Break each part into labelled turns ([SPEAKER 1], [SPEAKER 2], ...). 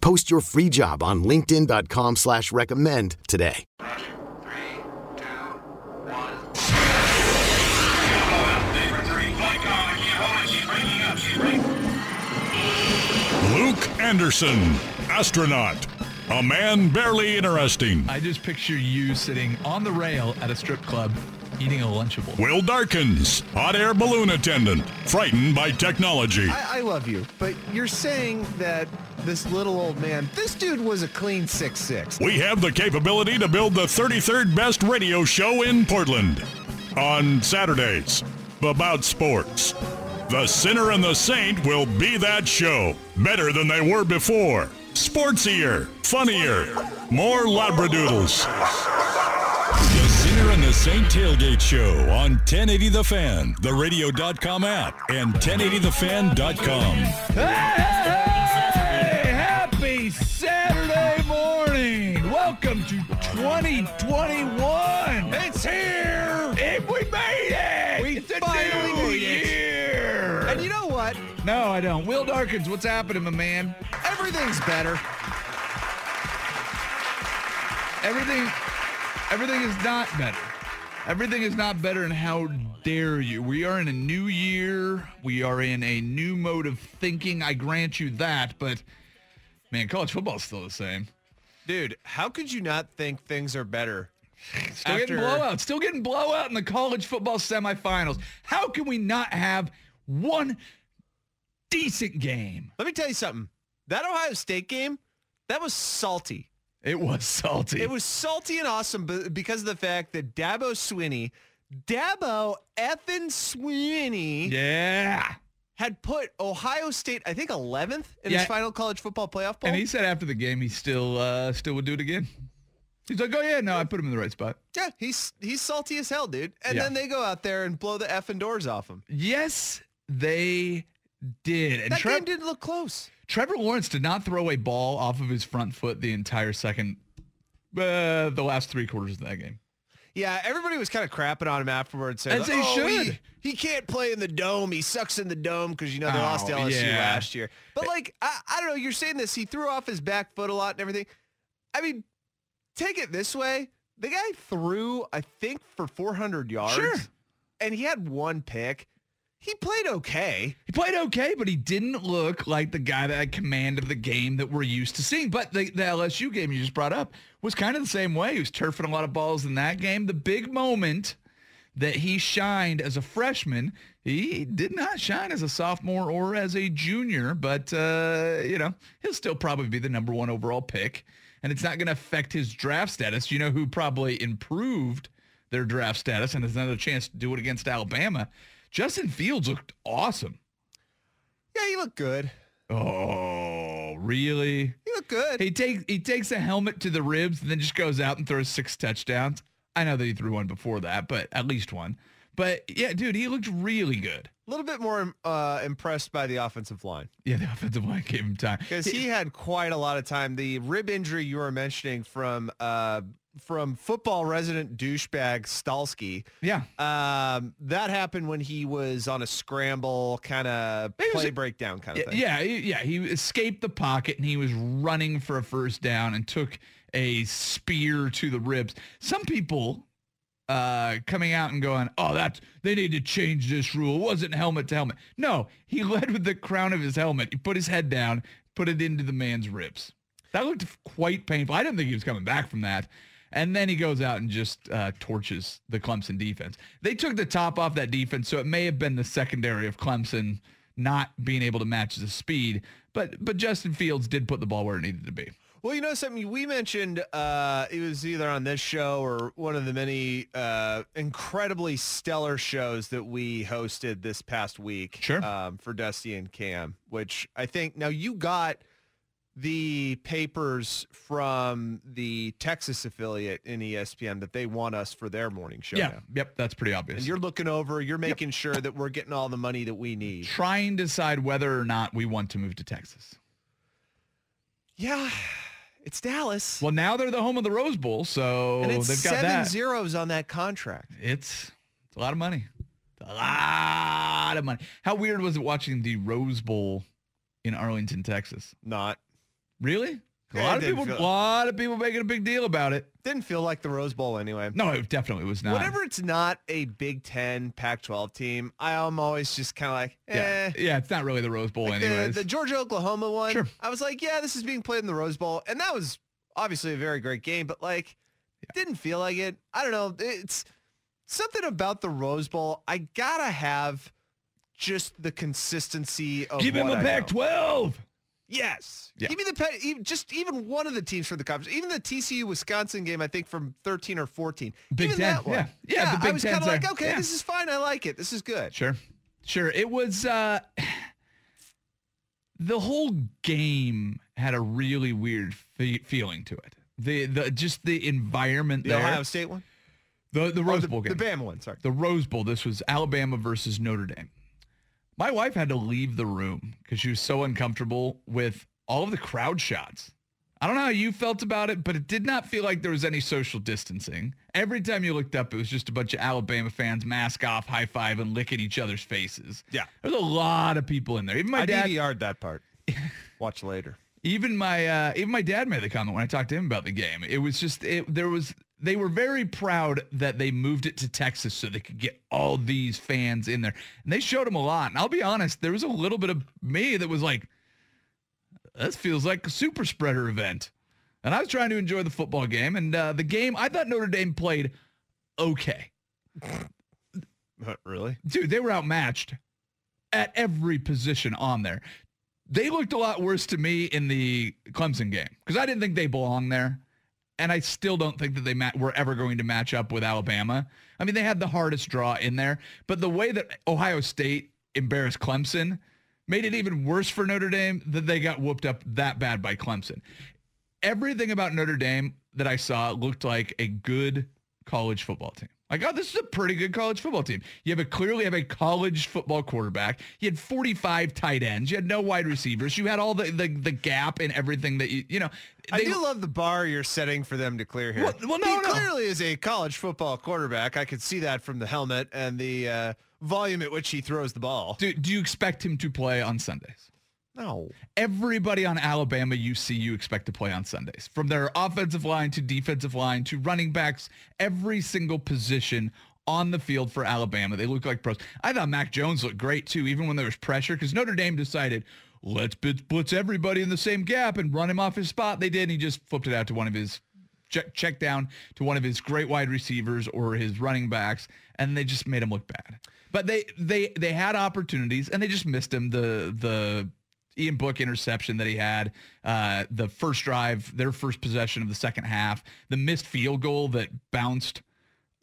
[SPEAKER 1] Post your free job on linkedin.com slash recommend today.
[SPEAKER 2] Luke Anderson, astronaut. A man barely interesting.
[SPEAKER 3] I just picture you sitting on the rail at a strip club eating a Lunchable.
[SPEAKER 2] Will Darkins, hot air balloon attendant, frightened by technology.
[SPEAKER 4] I, I love you, but you're saying that this little old man, this dude was a clean six six.
[SPEAKER 2] We have the capability to build the 33rd best radio show in Portland on Saturdays about sports. The Sinner and the Saint will be that show. Better than they were before. Sportsier, funnier, more labradoodles. The Sinner and the Saint Tailgate Show on 1080 The Fan, the radio.com app, and 1080thefan.com.
[SPEAKER 3] Hey, happy Saturday morning. Welcome to 2021. It's here. we made it. We
[SPEAKER 4] It's a
[SPEAKER 3] finally
[SPEAKER 4] new
[SPEAKER 3] made it.
[SPEAKER 4] And you know what?
[SPEAKER 3] no, I don't. Will Darkins, what's happening, my man?
[SPEAKER 4] Everything's better.
[SPEAKER 3] Everything, everything is not better. Everything is not better, and how dare you? We are in a new year. We are in a new mode of thinking. I grant you that, but man, college football's still the same.
[SPEAKER 4] Dude, how could you not think things are better?
[SPEAKER 3] Still getting
[SPEAKER 4] After-
[SPEAKER 3] blowout. Still getting blowout in the college football semifinals. How can we not have one decent game?
[SPEAKER 4] Let me tell you something. That Ohio State game, that was salty.
[SPEAKER 3] It was salty.
[SPEAKER 4] It was salty and awesome be- because of the fact that Dabo Swinney, Dabo effing Swinney,
[SPEAKER 3] yeah.
[SPEAKER 4] had put Ohio State, I think, 11th in
[SPEAKER 3] Yeah.
[SPEAKER 4] his final college football playoff poll.
[SPEAKER 3] And he said after the game, he still uh, still would do it again. He's like, oh yeah, no, I put him in the right spot.
[SPEAKER 4] yeah, he's he's salty as hell, dude. And
[SPEAKER 3] Yeah.
[SPEAKER 4] then they go out there and blow the effing doors off him.
[SPEAKER 3] Yes, they did. And
[SPEAKER 4] That
[SPEAKER 3] Trev-
[SPEAKER 4] game didn't look close.
[SPEAKER 3] Trevor Lawrence did not throw a ball off of his front foot the entire second, uh, the last three quarters of that game.
[SPEAKER 4] Yeah, everybody was kind of crapping on him afterwards. saying, "Oh,
[SPEAKER 3] As they should."
[SPEAKER 4] He, he can't play in the dome. He sucks in the dome because, you know, they
[SPEAKER 3] Oh,
[SPEAKER 4] lost to LSU
[SPEAKER 3] yeah.
[SPEAKER 4] last year. But, like, I, I don't know. You're saying this. He threw off his back foot a lot and everything. I mean, take it this way. The guy threw, I think, for 400 yards.
[SPEAKER 3] Sure.
[SPEAKER 4] And he had one pick. He played okay.
[SPEAKER 3] He played okay, but he didn't look like the guy that had command of the game that we're used to seeing. But the, the LSU game you just brought up was kind of the same way. He was turfing a lot of balls in that game. The big moment that he shined as a freshman, he did not shine as a sophomore or as a junior, but, uh, you know, he'll still probably be the number one overall pick. And it's not going to affect his draft status. You know who probably improved their draft status and has another chance to do it against Alabama? Justin Fields looked awesome.
[SPEAKER 4] Yeah, he looked good.
[SPEAKER 3] Oh, really?
[SPEAKER 4] He looked good.
[SPEAKER 3] He takes he takes a helmet to the ribs and then just goes out and throws six touchdowns. I know that he threw one before that, but at least one. But yeah, dude, he looked really good.
[SPEAKER 4] A little bit more uh, impressed by the offensive line
[SPEAKER 3] Yeah, the offensive line gave him time.
[SPEAKER 4] because he had quite a lot of time. The rib injury you were mentioning from uh, from football resident douchebag Stalsky,
[SPEAKER 3] Yeah,
[SPEAKER 4] um, that happened when he was on a scramble kind of
[SPEAKER 3] He was-
[SPEAKER 4] play breakdown kind of
[SPEAKER 3] yeah,
[SPEAKER 4] thing.
[SPEAKER 3] yeah, he- yeah. He escaped the pocket and he was running for a first down and took a spear to the ribs. Some people uh, coming out and going, "Oh, that's they need to change this rule. It wasn't helmet to helmet." No, he led with the crown of his helmet. He put his head down, put it into the man's ribs. That looked quite painful. I didn't think he was coming back from that. And then he goes out and just uh, torches the Clemson defense. They took the top off that defense, so it may have been the secondary of Clemson not being able to match the speed. But but Justin Fields did put the ball where it needed to be.
[SPEAKER 4] Well, you know something we mentioned. Uh, it was either on this show or one of the many uh, incredibly stellar shows that we hosted this past week.
[SPEAKER 3] Sure.
[SPEAKER 4] Um, for Dusty and Cam, which I think now you got the papers from the Texas affiliate in E ESPN that they want us for their morning show.
[SPEAKER 3] yeah.
[SPEAKER 4] now.
[SPEAKER 3] Yep. That's pretty
[SPEAKER 4] And
[SPEAKER 3] obvious.
[SPEAKER 4] you're looking over. You're making sure that we're getting all the money that we need.
[SPEAKER 3] trying to decide whether or not we want to move to Texas.
[SPEAKER 4] Yeah. It's Dallas.
[SPEAKER 3] Well, now they're the home of the Rose Bowl, so
[SPEAKER 4] and it's
[SPEAKER 3] they've got
[SPEAKER 4] seven
[SPEAKER 3] that.
[SPEAKER 4] zeros on that contract.
[SPEAKER 3] It's it's a lot of money. It's a lot of money. How weird was it watching the Rose Bowl in Arlington, Texas?
[SPEAKER 4] Not.
[SPEAKER 3] Really? A
[SPEAKER 4] Yeah,
[SPEAKER 3] lot
[SPEAKER 4] it
[SPEAKER 3] of
[SPEAKER 4] didn't
[SPEAKER 3] people, a
[SPEAKER 4] feel-
[SPEAKER 3] lot of people making a big deal about it.
[SPEAKER 4] Didn't feel like the Rose Bowl anyway.
[SPEAKER 3] No, it definitely was not.
[SPEAKER 4] Whenever it's not a Big Ten, Pac-12 team, I am always just kind of like, eh.
[SPEAKER 3] Yeah, yeah, it's not really the Rose Bowl,
[SPEAKER 4] Like the,
[SPEAKER 3] anyways.
[SPEAKER 4] the Georgia Oklahoma one,
[SPEAKER 3] Sure.
[SPEAKER 4] I was like, yeah, this is being played in the Rose Bowl, and that was obviously a very great game, but like, didn't feel like it. I don't know. It's something about the Rose Bowl. I gotta have just the consistency of
[SPEAKER 3] Give him
[SPEAKER 4] what
[SPEAKER 3] a
[SPEAKER 4] I know.
[SPEAKER 3] Pac-12.
[SPEAKER 4] Yes.
[SPEAKER 3] Yeah.
[SPEAKER 4] Give me the pe- even, just even one of the teams for the conference. Even the TCU Wisconsin game, I think from 13 or 14.
[SPEAKER 3] Big
[SPEAKER 4] even
[SPEAKER 3] Ten,
[SPEAKER 4] That one.
[SPEAKER 3] yeah. Yeah, the
[SPEAKER 4] I
[SPEAKER 3] Big
[SPEAKER 4] was
[SPEAKER 3] Ten's
[SPEAKER 4] kind of like,
[SPEAKER 3] there.
[SPEAKER 4] okay,
[SPEAKER 3] Yeah.
[SPEAKER 4] this is fine. I like it. This is good.
[SPEAKER 3] Sure. Sure. It was uh the whole game had a really weird fe- feeling to it. The the just the environment
[SPEAKER 4] The
[SPEAKER 3] there.
[SPEAKER 4] Ohio State one?
[SPEAKER 3] the the
[SPEAKER 4] Or
[SPEAKER 3] Rose
[SPEAKER 4] the,
[SPEAKER 3] Bowl game.
[SPEAKER 4] The Bama one, sorry.
[SPEAKER 3] the Rose Bowl. This was Alabama versus Notre Dame. My wife had to leave the room because she was so uncomfortable with all of the crowd shots. I don't know how you felt about it, but it did not feel like there was any social distancing. Every time you looked up, it was just a bunch of Alabama fans, mask off, high five, and licking each other's faces.
[SPEAKER 4] Yeah.
[SPEAKER 3] there was a lot of people in there. Even my
[SPEAKER 4] I
[SPEAKER 3] dad.
[SPEAKER 4] DVR'd that part. Watch later.
[SPEAKER 3] Even my uh, even my dad made the comment when I talked to him about the game. It was just it, there was they were very proud that they moved it to Texas so they could get all these fans in there, and they showed them a lot. And I'll be honest, there was a little bit of me that was like, "This feels like a super spreader event," and I was trying to enjoy the football game and uh, the game. I thought Notre Dame played okay,
[SPEAKER 4] really?
[SPEAKER 3] dude. They were outmatched at every position on there they looked a lot worse to me in the Clemson game because I didn't think they belonged there. And I still don't think that they ma- were ever going to match up with Alabama. I mean, they had the hardest draw in there, but the way that Ohio State embarrassed Clemson made it even worse for Notre Dame that they got whooped up that bad by Clemson. Everything about Notre Dame that I saw looked like a good college football team. Like, oh, this is a pretty good college football team. You have a clearly have a college football quarterback. You had 45 tight ends. You had no wide receivers. You had all the the, the gap and everything that you you know.
[SPEAKER 4] I do love the bar you're setting for them to clear here.
[SPEAKER 3] Well- well, no,
[SPEAKER 4] he
[SPEAKER 3] no.
[SPEAKER 4] clearly is a college football quarterback. I could see that from the helmet and the uh, volume at which he throws the ball.
[SPEAKER 3] do, do you expect him to play on Sundays?
[SPEAKER 4] No.
[SPEAKER 3] Everybody on Alabama you see you expect to play on Sundays. From their offensive line to defensive line to running backs, every single position on the field for Alabama, they look like pros. I thought Mac Jones looked great too, even when there was pressure, because Notre Dame decided, let's blitz blitz everybody in the same gap and run him off his spot. They did, and he just flipped it out to one of his check, check down to one of his great wide receivers or his running backs, and they just made him look bad. But they they they had opportunities and they just missed him. The the Ian Book interception that he had, uh, the first drive, their first possession of the second half, the missed field goal that bounced,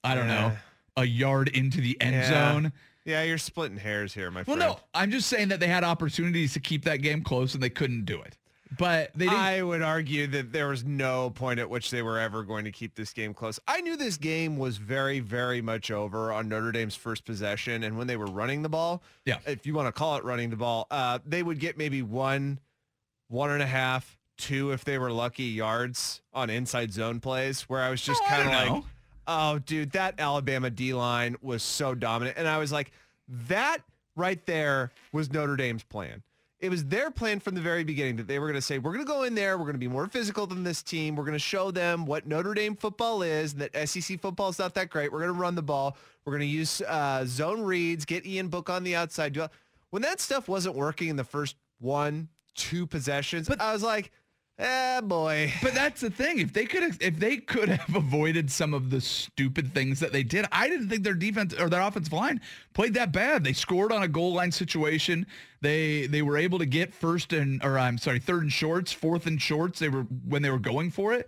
[SPEAKER 3] I don't know, a yard into the end
[SPEAKER 4] Yeah.
[SPEAKER 3] zone.
[SPEAKER 4] Yeah, you're splitting hairs here, my
[SPEAKER 3] Well,
[SPEAKER 4] friend.
[SPEAKER 3] no, I'm just saying that they had opportunities to keep that game close and they couldn't do it. But they didn't.
[SPEAKER 4] I would argue that there was no point at which they were ever going to keep this game close. I knew this game was very, very much over on Notre Dame's first possession, and when they were running the ball,
[SPEAKER 3] Yeah.
[SPEAKER 4] if you want to call it running the ball, uh, they would get maybe one, one and a half, two if they were lucky yards on inside zone plays. Where I was just
[SPEAKER 3] Oh, I
[SPEAKER 4] kind of
[SPEAKER 3] don't
[SPEAKER 4] like,
[SPEAKER 3] know.
[SPEAKER 4] oh, dude, that Alabama D line was so dominant, and I was like, that right there was Notre Dame's plan it was their plan from the very beginning that they were going to say, we're going to go in there. We're going to be more physical than this team. We're going to show them what Notre Dame football is and that SEC football is not that great. We're going to run the ball. We're going to use uh, zone reads, get Ian Book on the outside. do all-" When that stuff wasn't working in the first one, two possessions, I was like, Eh, boy.
[SPEAKER 3] But that's the thing. If they could have, if they could have avoided some of the stupid things that they did, I didn't think their defense or their offensive line played that bad. They scored on a goal line situation. They they were able to get first and or I'm sorry, third and shorts, fourth and shorts. They were when they were going for it.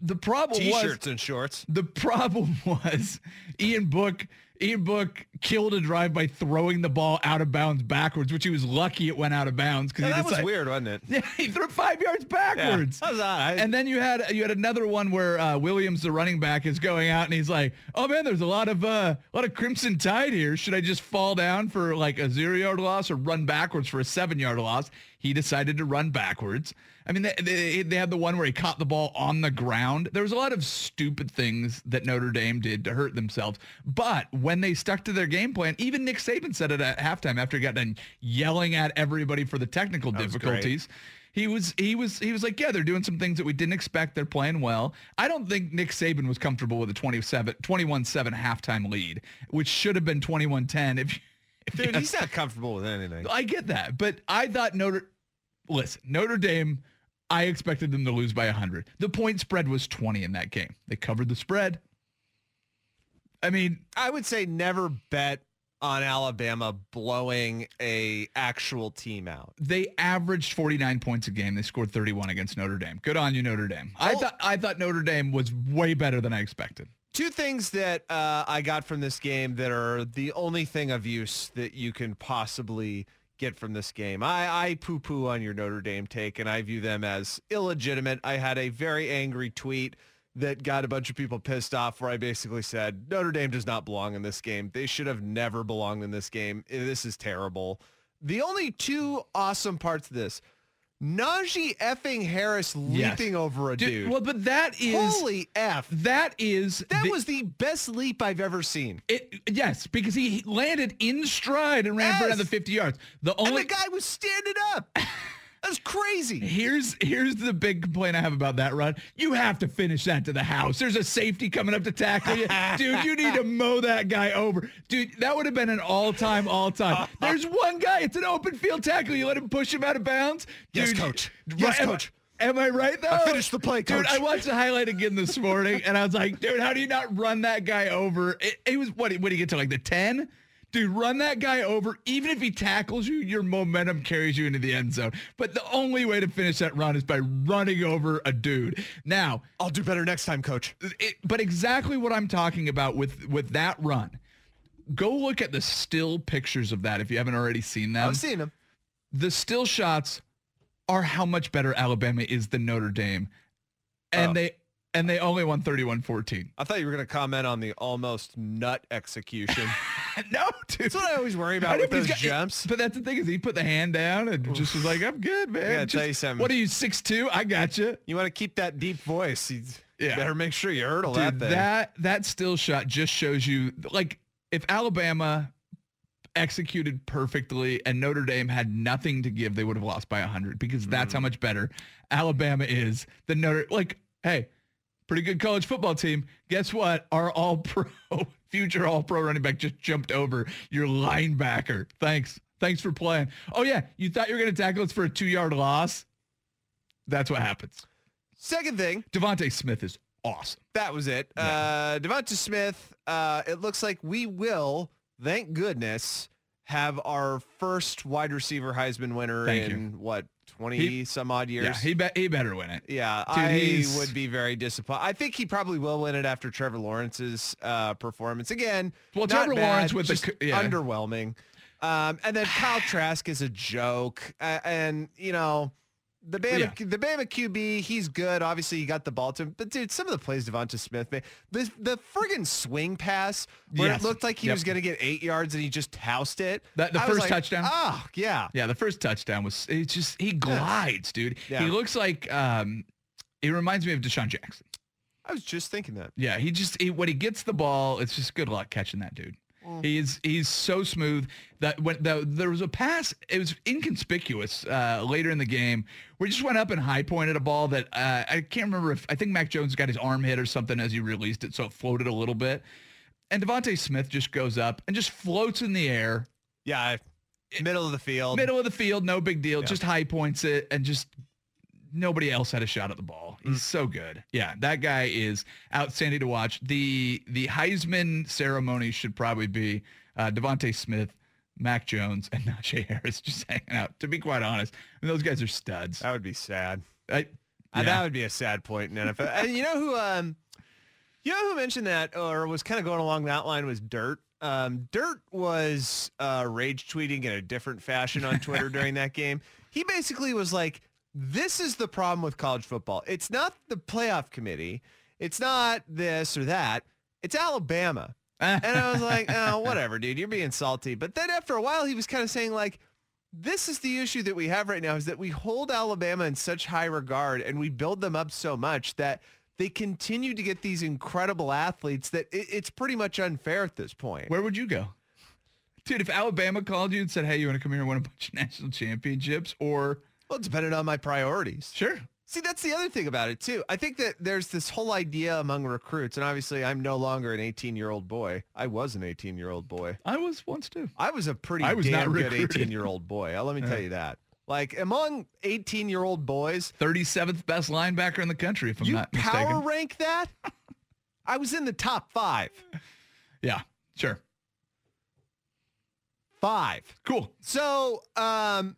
[SPEAKER 3] The problem was
[SPEAKER 4] T-shirts and shorts.
[SPEAKER 3] the problem was Ian Book. Ian Book killed a drive by throwing the ball out of bounds backwards, which he was lucky it went out of bounds because
[SPEAKER 4] Yeah, that
[SPEAKER 3] he
[SPEAKER 4] was
[SPEAKER 3] decided,
[SPEAKER 4] weird, wasn't it?
[SPEAKER 3] yeah, he threw five yards backwards.
[SPEAKER 4] that was odd. I-
[SPEAKER 3] And then you had you had another one where uh, Williams, the running back, is going out and he's like, "Oh man, there's a lot of uh, a lot of crimson tide here. Should I just fall down for like a zero yard loss or run backwards for a seven yard loss?" He decided to run backwards. I mean, they, they, they had the one where he caught the ball on the ground. There was a lot of stupid things that Notre Dame did to hurt themselves. But when they stuck to their game plan, even Nick Saban said it at halftime after he got done yelling at everybody for the technical
[SPEAKER 4] was great.
[SPEAKER 3] difficulties he was he was he was like, yeah, they're doing some things that we didn't expect. They're playing well. I don't think Nick Saban was comfortable with a 27 21-7 halftime lead, which should have been 21-10 if, if
[SPEAKER 4] Dude,
[SPEAKER 3] you-
[SPEAKER 4] he's not comfortable with anything.
[SPEAKER 3] I get that, but I thought Notre listen, Notre Dame I expected them to lose by 100. The point spread was 20 in that game. They covered the spread. I mean,
[SPEAKER 4] I would say never bet on Alabama blowing a actual team out.
[SPEAKER 3] they averaged 49 points a game. They scored 31 against Notre Dame. Good on you, Notre Dame. I
[SPEAKER 4] Well-
[SPEAKER 3] thought I thought Notre Dame was way better than I expected.
[SPEAKER 4] Two things that uh, I got from this game that are the only thing of use that you can possibly get from this game. I, I poo-poo on your Notre Dame take, and I view them as illegitimate. I had a very angry tweet that got a bunch of people pissed off where I basically said, Notre Dame does not belong in this game. They should have never belonged in this game. This is terrible. The only two awesome parts of this, Najee effing Harris
[SPEAKER 3] Yes.
[SPEAKER 4] leaping over a
[SPEAKER 3] Dude,
[SPEAKER 4] dude.
[SPEAKER 3] Well, but that is
[SPEAKER 4] Holy F.
[SPEAKER 3] that is
[SPEAKER 4] That
[SPEAKER 3] the-
[SPEAKER 4] was the best leap I've ever seen.
[SPEAKER 3] it. Yes, because he landed in stride and ran for
[SPEAKER 4] Yes.
[SPEAKER 3] another fifty yards. The
[SPEAKER 4] and
[SPEAKER 3] only
[SPEAKER 4] the guy was standing up. That's crazy.
[SPEAKER 3] here's here's the big complaint I have about that run. You have to finish that to the house. There's a safety coming up to tackle you, dude. You need to mow that guy over, dude. That would have been an all time all
[SPEAKER 4] Uh,
[SPEAKER 3] time. There's one guy. It's an open field tackle. You let him push him out of bounds.
[SPEAKER 4] Yes,
[SPEAKER 3] Dude,
[SPEAKER 4] coach.
[SPEAKER 3] right-
[SPEAKER 4] Yes,
[SPEAKER 3] am I-
[SPEAKER 4] coach.
[SPEAKER 3] Am I right though?
[SPEAKER 4] I finished the play,
[SPEAKER 3] Dude,
[SPEAKER 4] coach.
[SPEAKER 3] I watched the highlight again this morning, and I was like, dude, how do you not run that guy over? It, it was what? What do you get to like the ten? Dude, run that guy over. Even if he tackles you, your momentum carries you into the end zone. But the only way to finish that run is by running over a dude. Now,
[SPEAKER 4] I'll do better next time, coach.
[SPEAKER 3] it, but exactly what I'm talking about with with that run. Go look at the still pictures of that if you haven't already seen them
[SPEAKER 4] I've seen him.
[SPEAKER 3] the still shots are how much better Alabama is than Notre Dame. And
[SPEAKER 4] Oh.
[SPEAKER 3] they and they only won 31-14.
[SPEAKER 4] I thought you were going to comment on the almost nut execution.
[SPEAKER 3] No, dude.
[SPEAKER 4] That's what I always worry
[SPEAKER 3] I
[SPEAKER 4] about
[SPEAKER 3] know,
[SPEAKER 4] with
[SPEAKER 3] but he's
[SPEAKER 4] those
[SPEAKER 3] got-
[SPEAKER 4] jumps.
[SPEAKER 3] But that's the thing is he put the hand down and just was like, I'm good, man.
[SPEAKER 4] gotta
[SPEAKER 3] Just-
[SPEAKER 4] tell you something.
[SPEAKER 3] What are you, 6'2"? I got you.
[SPEAKER 4] You want to keep that deep voice. You
[SPEAKER 3] Yeah.
[SPEAKER 4] better make sure you hurdle
[SPEAKER 3] Dude,
[SPEAKER 4] that thing.
[SPEAKER 3] that that still shot just shows you like if Alabama executed perfectly and Notre Dame had nothing to give, they would have lost by 100 because that's how much better Alabama is than Notre like hey, pretty good college football team. Guess what? Our all-pro future all-pro running back just jumped over your linebacker. Thanks. Thanks for playing. Oh yeah, you thought you were going to tackle us for a 2-yard loss? That's what happens.
[SPEAKER 4] Second thing,
[SPEAKER 3] Devontae Smith is awesome.
[SPEAKER 4] that was it. Uh, Devonta Smith, uh, it looks like we will, thank goodness, have our first wide receiver Heisman winner
[SPEAKER 3] Thank you.
[SPEAKER 4] in, what, 20
[SPEAKER 3] He-
[SPEAKER 4] some odd years?
[SPEAKER 3] Yeah, he bet he better win it.
[SPEAKER 4] Yeah,
[SPEAKER 3] Dude,
[SPEAKER 4] I
[SPEAKER 3] he's-
[SPEAKER 4] would be very disappointed. I think he probably will win it after Trevor Lawrence's uh, performance again.
[SPEAKER 3] Well,
[SPEAKER 4] not
[SPEAKER 3] Trevor
[SPEAKER 4] bad,
[SPEAKER 3] Lawrence with the
[SPEAKER 4] just
[SPEAKER 3] c- yeah.
[SPEAKER 4] underwhelming, um, and then Kyle Trask is a joke, uh, and you know. The Bama, the Bama QB, he's good. Obviously, he got the ball to him. But dude, some of the plays Devonta Smith made, the the friggin' swing pass where
[SPEAKER 3] Yes.
[SPEAKER 4] it looked like he
[SPEAKER 3] Yep.
[SPEAKER 4] was gonna get eight yards and he just housed it.
[SPEAKER 3] That- the
[SPEAKER 4] I was
[SPEAKER 3] first
[SPEAKER 4] like,
[SPEAKER 3] touchdown?
[SPEAKER 4] Oh yeah,
[SPEAKER 3] Yeah, the first touchdown was it's just he glides, dude.
[SPEAKER 4] Yeah.
[SPEAKER 3] He looks like um he reminds me of Deshaun Jackson.
[SPEAKER 4] I was just thinking that.
[SPEAKER 3] Yeah, he just he, when he gets the ball, it's just good luck catching that dude. He is he's so smooth that when the, there was a pass, it was inconspicuous uh, later in the game. We just went up and high pointed a ball that uh, I can't remember if I think Mac Jones got his arm hit or something as he released it, so it floated a little bit. And Devontae Smith just goes up and just floats in the air,
[SPEAKER 4] Yeah, I- middle of the field.
[SPEAKER 3] middle of the field, no big deal. Just high points it and just nobody else had a shot at the ball.
[SPEAKER 4] Mm.
[SPEAKER 3] He's so good. Yeah, that guy is outstanding to watch. The the Heisman ceremony should probably be uh, Devonte Smith, Mac Jones, and Najee Harris just hanging out. To be quite honest, I mean, those guys are studs.
[SPEAKER 4] That would be sad.
[SPEAKER 3] I,
[SPEAKER 4] Uh,
[SPEAKER 3] yeah.
[SPEAKER 4] that would be a sad point in NFL. and you know who um you know who mentioned that or was kind of going along that line was Dirt. Um, Dirt was uh, rage tweeting in a different fashion on Twitter during that game. He basically was like, this is the problem with college football. It's not the playoff committee. It's not this or that. It's Alabama. And I was like, oh, whatever, dude, you're being salty. But then after a while, he was kind of saying like, this is the issue that we have right now is that we hold Alabama in such high regard and we build them up so much that they continue to get these incredible athletes that it, it's pretty much unfair at this point.
[SPEAKER 3] Where would you go? Dude, if Alabama called you and said, hey, you want to come here and win a bunch of national championships or
[SPEAKER 4] Well, it's dependent on my priorities.
[SPEAKER 3] sure.
[SPEAKER 4] See, that's the other thing about it too. I think that there's this whole idea among recruits, and obviously I'm no longer an 18 year old boy. I was an 18 year old boy.
[SPEAKER 3] I was once too.
[SPEAKER 4] I was a pretty
[SPEAKER 3] I was not
[SPEAKER 4] damn good
[SPEAKER 3] recruited. Uh-huh.
[SPEAKER 4] 18 year old boy. Uh, Let me tell you that. Like among 18 year old boys,
[SPEAKER 3] 37th best linebacker in the country, if I'm
[SPEAKER 4] you
[SPEAKER 3] not
[SPEAKER 4] power
[SPEAKER 3] mistaken.
[SPEAKER 4] rank that? I was in the top five.
[SPEAKER 3] yeah, sure.
[SPEAKER 4] Five.
[SPEAKER 3] Cool.
[SPEAKER 4] So, um,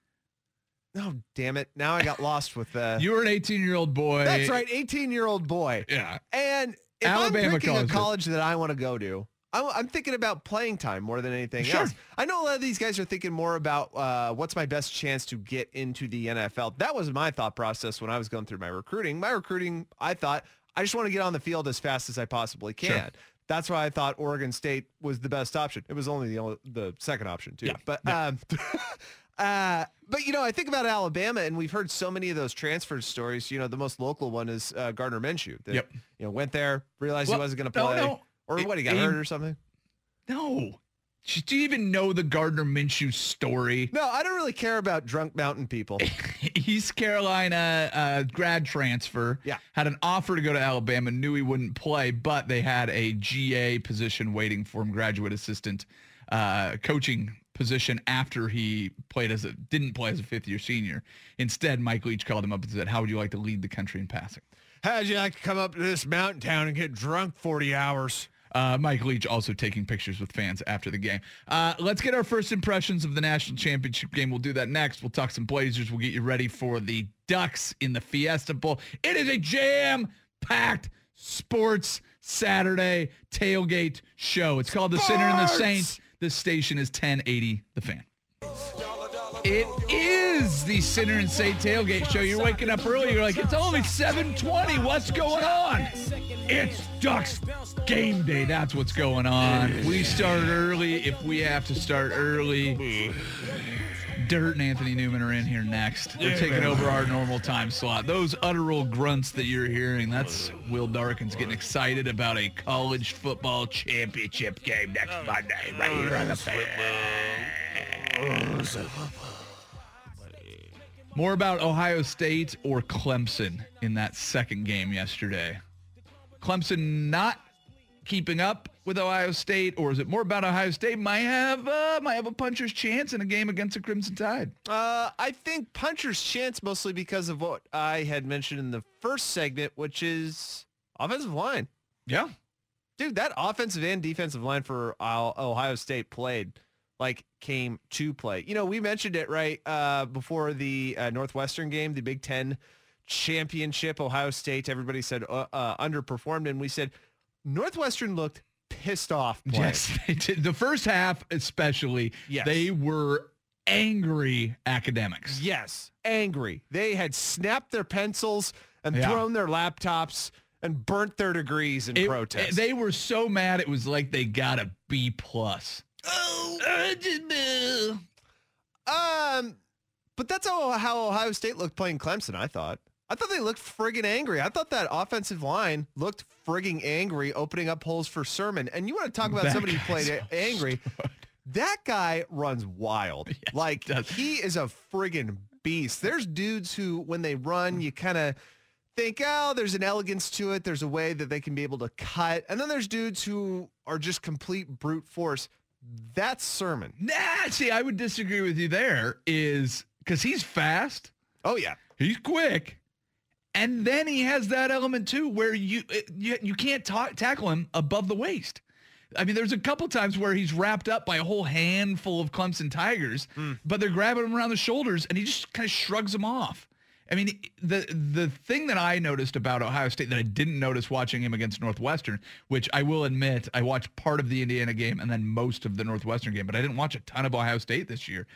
[SPEAKER 4] oh damn it! Now I got lost with the.
[SPEAKER 3] You were an 18 year old boy.
[SPEAKER 4] that's right, 18 year old boy.
[SPEAKER 3] Yeah.
[SPEAKER 4] And if
[SPEAKER 3] Alabama
[SPEAKER 4] I'm picking
[SPEAKER 3] college.
[SPEAKER 4] a college that I want to go to, I'm, I'm thinking about playing time more than anything
[SPEAKER 3] Sure.
[SPEAKER 4] else. I know a lot of these guys are thinking more about uh, what's my best chance to get into the NFL. That was my thought process when I was going through my recruiting. My recruiting, I thought, I just want to get on the field as fast as I possibly can. That's why I thought Oregon State was the best option. It was only the only, the second option too.
[SPEAKER 3] Yeah.
[SPEAKER 4] But um, uh, but you know, I think about Alabama, and we've heard so many of those transfer stories. You know, the most local one is uh, Gardner Minshew. That,
[SPEAKER 3] Yep.
[SPEAKER 4] You know, went there, realized
[SPEAKER 3] Well,
[SPEAKER 4] he wasn't going to
[SPEAKER 3] no,
[SPEAKER 4] play,
[SPEAKER 3] no.
[SPEAKER 4] or
[SPEAKER 3] It-
[SPEAKER 4] what he got
[SPEAKER 3] he-
[SPEAKER 4] hurt or something.
[SPEAKER 3] No. Do you even know the Gardner Minshew story?
[SPEAKER 4] No, I don't really care about drunk mountain people.
[SPEAKER 3] East Carolina uh, grad transfer.
[SPEAKER 4] Yeah.
[SPEAKER 3] Had an offer to go to Alabama, knew he wouldn't play, but they had a GA position waiting for him, graduate assistant uh, coaching position after he played as a didn't play as a fifth year senior. Instead, Mike Leach called him up and said, How would you like to lead the country in passing?
[SPEAKER 4] How'd you like to come up to this mountain town and get drunk forty hours?
[SPEAKER 3] Uh, Mike Leach also taking pictures with fans after the game. Uh, let's get our first impressions of the national championship game. We'll do that next. We'll talk some Blazers. We'll get you ready for the Ducks in the Fiesta Bowl. It is a jam packed sports Saturday tailgate show. It's called The Center and the Saints. This station is 1080 The Fan. It is the Sinner and Saint tailgate show. You're waking up early. You're like, it's only 7:20. What's going on? It's Ducks game day. That's what's going on. We start early if we have to start early. Dirt and Anthony Newman are in here next. They're taking over our normal time slot. Those utteral grunts that you're hearing, that's Will Darkins getting excited about a college football championship game next Monday right here on the fan. More about Ohio State or Clemson in that second game yesterday. Clemson not keeping up with Ohio State, or is it more about Ohio State might have uh, might have a puncher's chance in a game against the Crimson Tide?
[SPEAKER 4] Uh, I think puncher's chance mostly because of what I had mentioned in the first segment, which is offensive line.
[SPEAKER 3] Yeah,
[SPEAKER 4] dude, that offensive and defensive line for uh, Ohio State played like came to play. You know, we mentioned it right uh, before the uh, Northwestern game, the Big Ten championship. Ohio State, everybody said uh, uh, underperformed, and we said Northwestern looked pissed off. Playing.
[SPEAKER 3] yes, they did. The first half, especially,
[SPEAKER 4] Yes.
[SPEAKER 3] they were angry academics.
[SPEAKER 4] Yes, angry. They had snapped their pencils and
[SPEAKER 3] Yeah.
[SPEAKER 4] thrown their laptops and burnt their degrees in
[SPEAKER 3] It-
[SPEAKER 4] protest.
[SPEAKER 3] They were so mad it was like they got a B plus.
[SPEAKER 4] uh,
[SPEAKER 3] Oh,
[SPEAKER 4] Um, but that's how, how Ohio State looked playing Clemson. I thought. I thought they looked friggin' angry. I thought that offensive line looked friggin' angry, opening up holes for Sermon. And you want to talk about
[SPEAKER 3] That
[SPEAKER 4] somebody who
[SPEAKER 3] guy's
[SPEAKER 4] played
[SPEAKER 3] so
[SPEAKER 4] a- angry? That guy runs wild. like
[SPEAKER 3] does.
[SPEAKER 4] he is a friggin' beast. There's dudes who, when they run, you kind of think, oh, there's an elegance to it. There's a way that they can be able to cut. And then there's dudes who are just complete brute force. That's Sermon.
[SPEAKER 3] nah, see, I would disagree with you there. Is because he's fast,
[SPEAKER 4] Oh yeah.
[SPEAKER 3] he's quick, And then he has that element too, where you it- you, you can't ta- tackle him above the waist. I mean, there's a couple times where he's wrapped up by a whole handful of Clemson Tigers, but they're grabbing him around the shoulders, and he just kind of shrugs them off. I mean, the the thing that I noticed about Ohio State that I didn't notice watching him against Northwestern, which I will admit I watched part of the Indiana game and then most of the Northwestern game, but I didn't watch a ton of Ohio State this year.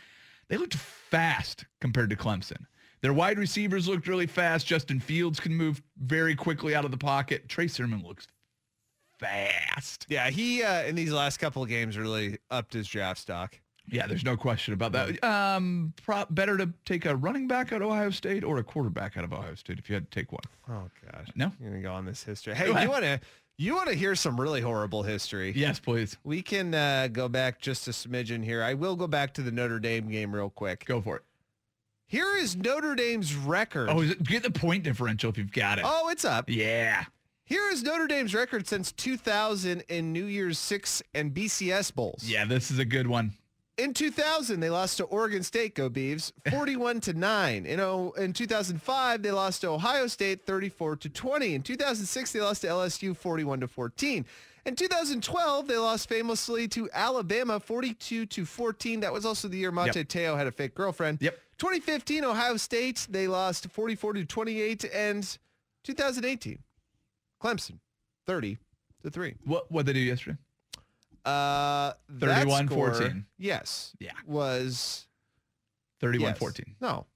[SPEAKER 3] They looked fast compared to Clemson. Their wide receivers looked really fast. Justin Fields can move very quickly out of the pocket. Trey Sermon looks fast.
[SPEAKER 4] Yeah, he uh, in these last couple of games really upped his draft stock.
[SPEAKER 3] Yeah, there's no question about that. Um, pro- better to take a running back out of Ohio State or a quarterback out of Ohio State if you had to take one.
[SPEAKER 4] Oh gosh,
[SPEAKER 3] No.
[SPEAKER 4] you're gonna go on this history. Hey,
[SPEAKER 3] Go ahead.
[SPEAKER 4] you wanna you wanna hear some really horrible history?
[SPEAKER 3] Yes, please.
[SPEAKER 4] We can uh, go back just a smidgen here. I will go back to the Notre Dame game real quick.
[SPEAKER 3] Go for it.
[SPEAKER 4] Here is Notre Dame's record.
[SPEAKER 3] Oh, is it, get the point differential if you've got it.
[SPEAKER 4] Oh, it's up.
[SPEAKER 3] Yeah.
[SPEAKER 4] Here is Notre Dame's record since 2000 in New Year's Six and BCS bowls.
[SPEAKER 3] Yeah, this is a good one.
[SPEAKER 4] In 2000, they lost to Oregon State, go Beavs, 41 to 9. In, oh, in 2005, they lost to Ohio State, 34 to 20. In 2006, they lost to LSU, 41 to 14. In 2012, they lost famously to Alabama, 42 to 14. That was also the year Monte
[SPEAKER 3] Yep.
[SPEAKER 4] Teo had a fake girlfriend.
[SPEAKER 3] Yep.
[SPEAKER 4] 2015, Ohio State, they lost 44 to 28. And 2018, Clemson, 30 to 3.
[SPEAKER 3] What what they do yesterday?
[SPEAKER 4] Uh, that
[SPEAKER 3] 31,
[SPEAKER 4] score,
[SPEAKER 3] 14.
[SPEAKER 4] Yes.
[SPEAKER 3] Yeah.
[SPEAKER 4] Was
[SPEAKER 3] 31
[SPEAKER 4] Yes.
[SPEAKER 3] 14.
[SPEAKER 4] No.